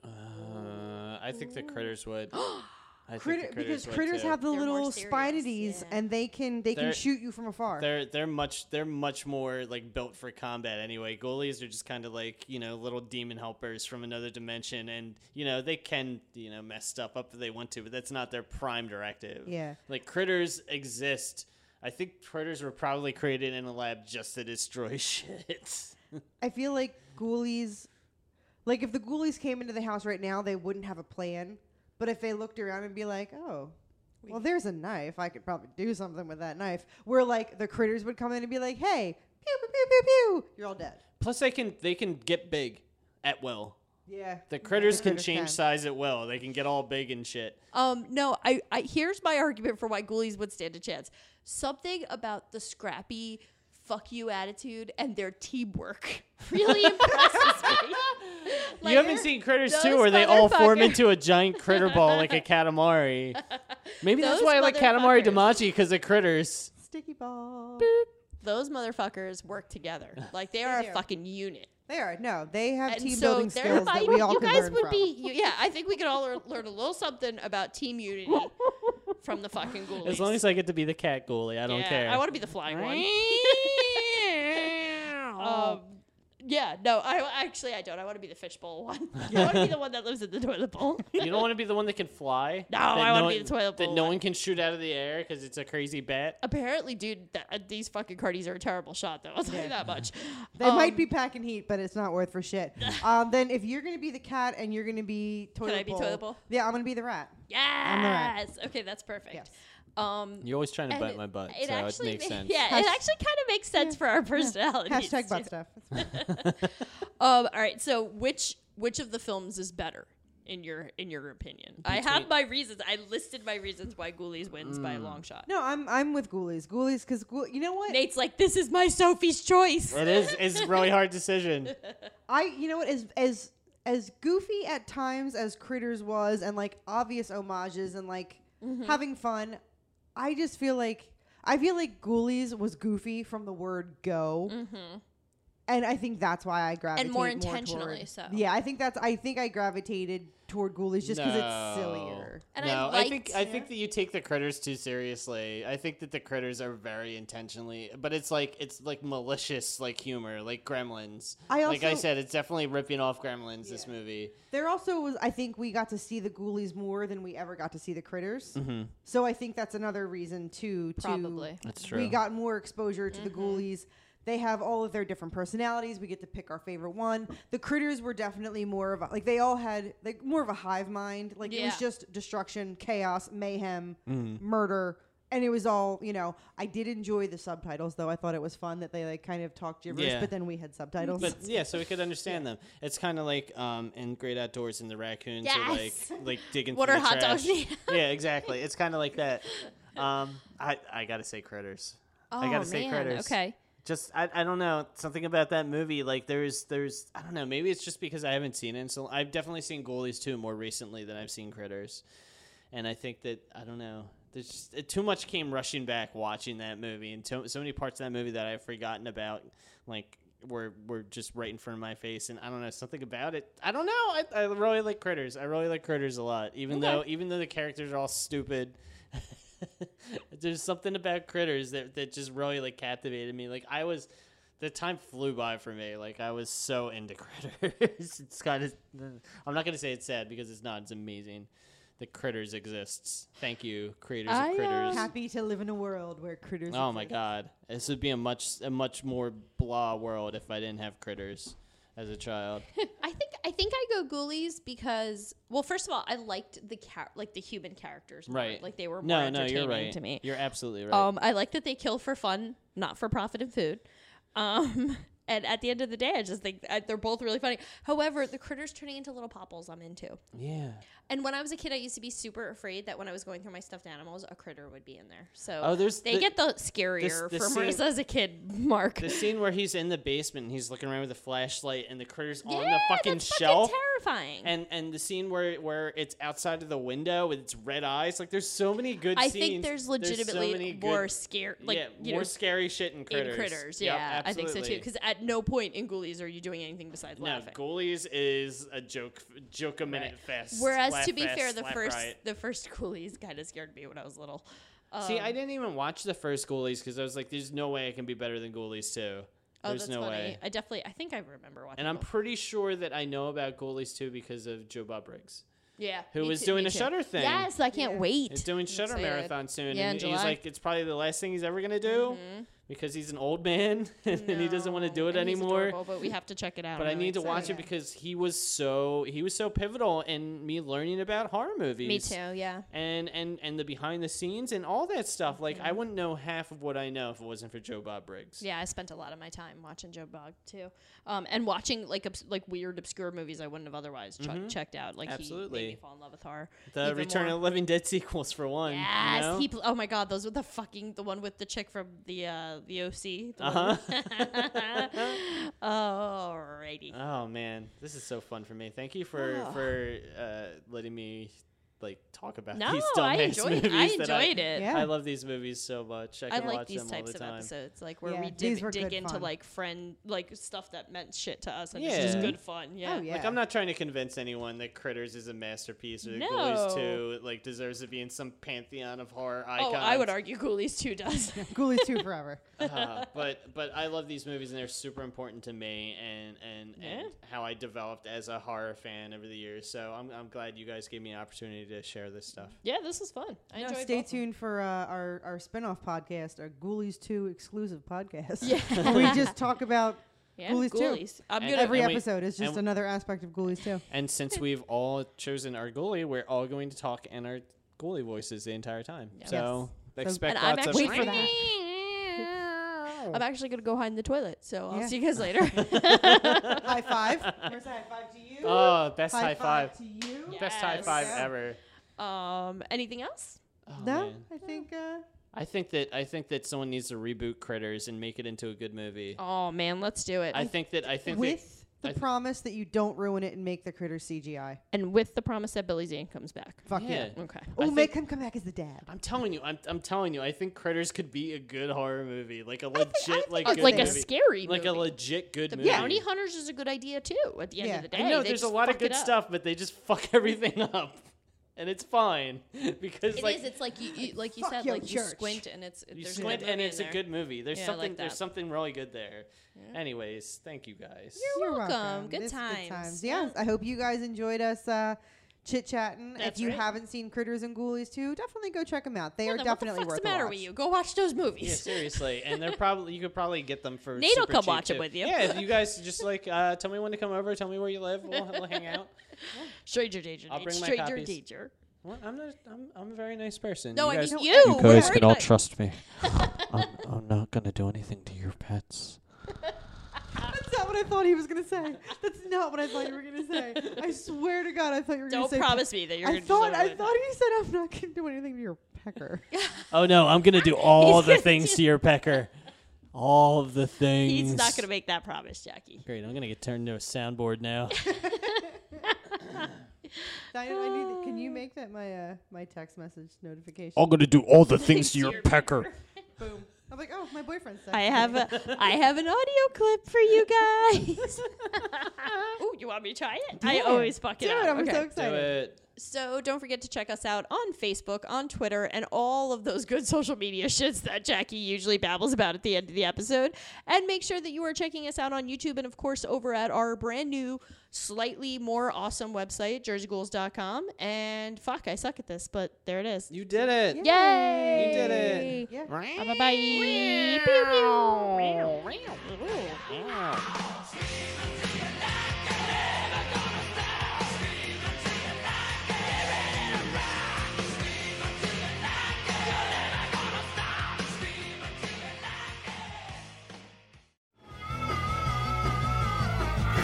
I: Uh, I think the
G: (gasps)
I: critters would. I think the
G: Critter, because
I: would,
G: critters
I: too.
G: have the
H: They're more
G: little
H: serious,
G: spinities and they can they can
I: They're-
G: shoot you from afar.
I: They're they're much they're much more like built for combat anyway. Goalies are just kind of like you know little demon helpers from another dimension, and you know they can you know mess stuff up if they want to, but that's not their prime directive.
G: Yeah.
I: like critters exist. I think critters were probably created in a lab just to destroy (laughs) shit.
G: I feel like ghoulies, like if the ghoulies came into the house right now, they wouldn't have a plan. But if they looked around and be like, oh, well, there's a knife. I could probably do something with that knife. Where like the critters would come in and be like, hey, pew pew pew pew pew, you're all dead.
I: Plus, they can they can get big at will.
G: Yeah.
I: The critters can
G: critters
I: change
G: can.
I: size at will. They can get all big and shit.
H: Um, no, I, I here's my argument for why ghoulies would stand a chance. Something about the scrappy fuck you attitude and their teamwork (laughs)
I: (laughs)
H: really impresses me. Like,
I: you haven't seen Critters
H: those
I: too, where they all form
H: motherfucker-
I: into a giant critter ball
H: (laughs)
I: like a Katamari. Maybe that's
H: Those
I: why I like Katamari
H: motherfuckers.
I: Damacy because of Critters.
G: Sticky ball.
H: Those motherfuckers work together. Like they are a fucking unit.
G: They are no, they have
H: And
G: team
H: so
G: building
H: they're
G: skills that we all
H: you
G: can
H: guys
G: learn
H: would
G: from.
H: be you, yeah, I think we could all lear- learn a little something about team
I: (laughs)
H: unity from the fucking ghoulies.
I: As long as I get to be the cat ghoulie, I don't
H: yeah,
I: care.
H: I want to be the flying one. (laughs) um, yeah, no, I actually I don't. I want to be the fishbowl one. (laughs) I want to be the one that lives in the toilet bowl.
I: you don't want to be the one that can fly.
H: (laughs) No,
I: That
H: I wanna be
I: one-
H: the toilet
I: That
H: bowl
I: no
H: one.
I: one can shoot out of the air because it's a crazy bat.
H: Apparently, dude, th- uh, these fucking cardies are a terrible shot, though. I'll tell you that much.
G: They
H: um,
G: might be packing heat, but it's not worth for
H: (laughs)
G: shit. um, then if you're gonna be the cat and you're gonna be toilet
H: I be
G: bowl-
H: toilet bowl?
G: Yeah, I'm gonna be the rat.
H: Yes. Okay, that's perfect. Um,
I: You're always trying to
H: and
I: bite my butt,
H: it
I: so it
H: actually
I: makes
H: ma-
I: sense.
H: (laughs) Yeah,
G: Hash-
H: it actually kind of makes sense for our personalities.
G: Hashtag
H: too.
G: butt
H: (laughs)
G: stuff.
H: Um, all right. So which which of the films is better in your in your opinion? I have my reasons. I listed my reasons why Ghoulies wins by a
I: Mm.
H: long shot.
G: No, I'm I'm with Ghoulies. Ghoulies, because you know what?
H: Nate's like, this is my Sophie's choice.
I: It is. It's a really
H: (laughs)
I: hard decision.
G: I you know what? As as as goofy at times as Critters was, and like obvious homages and like
H: Mm-hmm.
G: having fun, I just feel like I feel like Ghoulies was goofy from the word go. And I think that's why I gravitated
H: Mm-hmm. more intentionally
G: toward-
H: so.
G: Yeah, I think that's. I think I gravitated toward Ghoulies just because it's sillier.
H: And I
I: no, I, think
H: liked-
I: I think that you take the critters too seriously. I think that the critters are very intentionally, but it's like it's like malicious, like humor, like Gremlins.
G: I
I: like I
G: also-
I: said, it's definitely ripping off Gremlins. This movie,
G: There also was, I think we got to see the ghoulies more than we ever got to see the critters. So I think that's another reason too. To,
H: Probably.
I: Mm-hmm.
H: Mm-hmm.
I: That's
G: We
I: true.
G: got more exposure to the ghoulies. They have all of their different personalities. We get to pick our favorite one. The critters were definitely more of a, like they all had like more of a hive mind. Like it was
H: Yeah.
G: just destruction, chaos, mayhem,
I: Mm.
G: murder. And it was all, you know, I did enjoy the subtitles though. I thought it was fun that they like kind of talked gibberish,
I: Yeah.
G: but then we had subtitles.
I: but yeah, so we could understand them. It's kind of like um in Great Outdoors, and the raccoons are like
H: Yes.
I: like digging.
H: What
I: through
H: are
I: the
H: hot dogs
I: trash.
H: (laughs) made
I: yeah, exactly. It's kind of like that. Um, I I gotta say critters. I gotta say critters.
H: Oh, Okay.
I: just I, I don't know something about that movie like there's there's i don't know maybe it's just because i haven't seen it in so i've definitely seen goalies too more recently than i've seen critters and i think that i don't know there's just, it, too much came rushing back watching that movie and to, so many parts of that movie that i've forgotten about like were were just right in front of my face and i don't know something about it i don't know i, I really like critters i really like critters a lot even though even though the characters are all stupid (laughs) there's something about critters that, that just really like captivated me like i was the time flew by for me like i was so into (laughs) critters it's kind of i'm not going to say it's sad because it's not it's amazing the critters exists thank you creators
H: I, uh,
I: of critters
G: happy to live in a world where critters.
I: oh my
G: exist.
I: god this would be
H: (laughs)
I: a much a much more blah world if i didn't have critters as a child
H: I think I think I go Ghoulies because well, first of all, I liked the char- like the human characters, more.
I: Right.
H: Like they were more
I: no, no,
H: entertaining
I: you're right.
H: to me.
I: You're absolutely right.
H: Um, I like that they kill for fun, not for profit and food. Um, (laughs) and at the end of the day, I just think that they're both really funny. However, the critters turning into little popples, I'm into.
I: yeah.
H: And when I was a kid, I used to be super afraid that when I was going through my stuffed animals, a critter would be in there. So
I: Oh, there's
H: they
I: the-
H: get the
I: this-
H: scarier
I: the
H: for
I: scene-
H: Marissa as a kid. Mark.
I: The scene where he's in the basement and he's looking around with a flashlight and the critters
H: (laughs) yeah,
I: on the fucking
H: that's
I: shelf.
H: fucking terrifying.
I: and and the scene where where it's outside of the window with its red eyes, like there's so many good.
H: I
I: scenes.
H: think there's
I: so
H: legitimately
I: many good-
H: more scare- like,
I: yeah,
H: you know,
I: more scary shit in critters.
H: In critters,
I: Yep,
H: yeah, I think so too.
I: absolutely.
H: Because at no point in Ghoulies are you doing anything besides
I: no,
H: laughing.
I: Ghoulies is a joke joke a minute fest.
H: Whereas
I: laugh
H: to be
I: fest,
H: fair, the
I: laugh
H: first
I: riot.
H: the first Ghoulies kind of scared me when I was little.
I: See,
H: Um,
I: I didn't even watch the first Ghoulies because I was like, "There's no way I can be better than Ghoulies 2.
H: Oh,
I: There's
H: that's
I: no
H: funny.
I: way.
H: I definitely, I think I remember watching.
I: And I'm
H: both.
I: pretty sure that I know about Ghoulies 2 because of Joe Bob
H: (laughs)
I: Briggs.
H: Yeah,
I: Who
H: me
I: was
H: too,
I: doing
H: me
I: a
H: too.
I: Shutter thing.
H: Yes, I can't wait.
I: He's doing
H: I'm
I: Shutter
H: excited.
I: Marathon soon.
H: Yeah, in
I: and he- he's
H: July. Mm-hmm.
I: like, it's probably the last thing he's ever going to do because he's an old man (laughs) and he doesn't want to do it
H: And he's
I: anymore.
H: adorable, but we have to check it out.
I: but
H: I'm
I: I
H: really
I: need to watch it
H: excited.
I: because he was so he was so pivotal in me learning about horror movies.
H: Me too. Yeah.
I: And and and the behind the scenes and all that stuff. Like I wouldn't know half of what I know if it wasn't for Joe Bob Briggs.
H: Mm-hmm. Yeah, I spent a lot of my time watching Joe Bog too, um, and watching like obs- like weird, obscure movies I wouldn't have otherwise ch-
I: Mhm.
H: checked out. Like he
I: Absolutely.
H: made me fall in love with horror.
I: The
H: even
I: Return
H: more.
I: of the Living Dead sequels for one. you
H: Yes,
I: know?
H: he. Pl- oh my God, those were the fucking the one with the chick from the uh, the OC. The
I: Uh-huh.
H: one- (laughs) Alrighty.
I: Oh man, this is so fun for me. Thank you for
H: Oh.
I: for uh, letting me like talk about
H: No,
I: these
H: I
I: dumbass
H: enjoyed- I
I: movies. that
H: enjoyed it. Yeah.
I: I love these movies so much. I,
H: I,
I: can
H: like
I: watch
H: these
I: them
H: types
I: all the
H: of
I: time.
H: episodes, like where
G: Yeah,
H: we
G: these
H: dig,
G: were
H: dig
G: good
H: into
G: fun.
H: like friend, like stuff that meant shit to us, and
I: Yeah,
H: it's just good fun. Yeah.
G: Oh,
I: Like I'm not trying to convince anyone that Critters is a masterpiece or that
H: No.
I: Ghoulies Two like deserves to be in some pantheon of horror icons.
H: Oh, I would argue Ghoulies
G: (laughs)
H: 2 does.
G: Ghoulies 2 forever.
H: (laughs)
I: Uh, but but I love these movies and they're super important to me and and,
H: Yeah.
I: and how I developed as a horror fan over the years. So I'm I'm glad you guys gave me an opportunity to share this stuff.
H: Yeah, this was fun. I
G: No,
H: enjoyed
G: stay
H: both of them.
G: tuned for uh, our our spinoff podcast, our Ghoulies Two exclusive podcast. (laughs) Yeah, we just talk about
H: Yeah,
G: Ghoulies,
H: Ghoulies.
G: Two.
H: I'm
I: And- gonna-
G: every
I: and we-
G: episode is just
I: and-
G: another aspect of Ghoulies
I: (laughs)
G: Two.
I: And since we've all chosen our goalie, we're all going to talk in our goalie voices the entire time. So expect
H: And I'm
I: lots
H: actually
I: of
H: (laughs) I'm actually gonna go hide in the toilet, so I'll
G: Yeah.
H: see you guys
G: (laughs)
H: later.
G: high five. Where's high five to you?
I: Oh, best high five.
G: to you.
I: Best high five
G: Yes.
I: ever.
H: um, anything else?
I: Oh,
G: no,
I: man.
G: I think. Uh,
I: I think that I think that someone needs to reboot Critters and make it into a good movie.
H: Oh man, let's do it.
I: I think that I think
G: with
I: that, I
G: the
I: th-
G: promise that you don't ruin it and make the critter CGI.
H: and with the promise that Billy Zane comes back.
G: Fuck
I: yeah.
G: yeah.
H: Okay.
I: I
G: Oh,
I: think-
G: make him come back as the dad.
I: I'm telling you, I'm, I'm telling you, I think Critters could be a good horror movie, like a legit, like
H: it's
I: good
H: like a
I: movie.
H: scary
I: like a
H: movie.
I: legit good
H: The
I: movie.
H: bounty hunters is a good idea too. At the end
G: Yeah.
H: of the day,
I: I know
H: They
I: there's a
H: just
I: lot of
H: fuck it
I: good
H: up.
I: stuff, but they just fuck (laughs) everything up, and it's fine (laughs) because
H: It is.
I: like
H: It's like you, you like you
G: Fuck
H: said,
G: your
H: like you
G: church.
H: squint and it's
I: you
H: there's
I: squint
H: a good
I: and
H: movie
I: it's
H: in
I: a
H: there.
I: good movie. There's
H: Yeah, I like
I: something there's
H: that.
I: something really good there. Anyways, thank you guys.
H: You're welcome. Good
G: This is
H: times.
G: Yes, I hope you guys enjoyed us uh, chit chatting. If
H: That's
G: you
H: right.
G: haven't seen Critters and Ghoulies too, definitely go check them out. They
H: Well,
G: are
H: then
G: definitely
H: what the fuck's
G: worth
H: the
G: a
H: matter
G: watch.
H: with you? Go watch those movies.
I: Yeah, seriously, and they're probably you could probably get them for.
H: Nate'll
I: super
H: come
I: cheap,
H: watch it
I: too.
H: with you.
I: Yeah,
H: (laughs)
I: if you guys just like uh, tell me when to come over, tell me where you live, we'll, we'll
H: (laughs)
I: hang out.
H: (laughs) Stranger danger.
I: I'll bring my
H: Stranger
I: copies.
H: danger.
I: Well, I'm not. I'm, I'm a very nice person.
H: No, I
I: guys,
H: mean you.
G: You
H: We're
G: guys
H: worried
G: can
H: about-
K: trust
H: (laughs)
K: me. I'm, I'm not gonna do anything to your pets.
G: That's not what I thought he was gonna say. That's not what I thought you were gonna say. I swear to God, I thought you were gonna
H: Don't
G: say.
H: promise me that you're
G: I
H: gonna
G: thought
H: deserve
G: I
H: it.
G: thought you said I'm not gonna do anything to your
H: (laughs)
G: pecker.
K: Oh no, I'm gonna do all
H: He's
K: the
H: gonna
K: things
H: do-
K: to your pecker. All the things.
I: Mm.
H: He's not gonna make that promise, Jackie.
I: Great, I'm gonna get turned into a
H: (laughs)
I: soundboard now.
G: I, I need, can you make that my uh, my text message notification?
K: I'm gonna do
H: (laughs)
K: all the things to your pecker.
G: Boom. I'm like, oh, my boyfriend's.
I: (laughs)
H: I
G: texting
H: have
G: me.
H: a I have an audio clip for
G: (laughs)
H: you guys. (laughs) oh, you want me to try it? I
G: Yeah.
H: always fuck it
G: Dude,
H: up.
G: I'm
H: Okay.
G: so
I: do
G: excited.
I: it.
H: So don't forget to check us out on Facebook, on Twitter, and all of those good (laughs) social media shits that Jackie usually babbles about at the end of the episode. And make sure that you are checking us out on YouTube and, of course, over at our brand new, slightly more awesome website, jerseyghouls.com. And fuck, I suck at this, but there it is.
I: You did it.
H: Yay!
I: You did it.
G: Yeah.
H: Bye bye. Pew, pew.
C: Gonna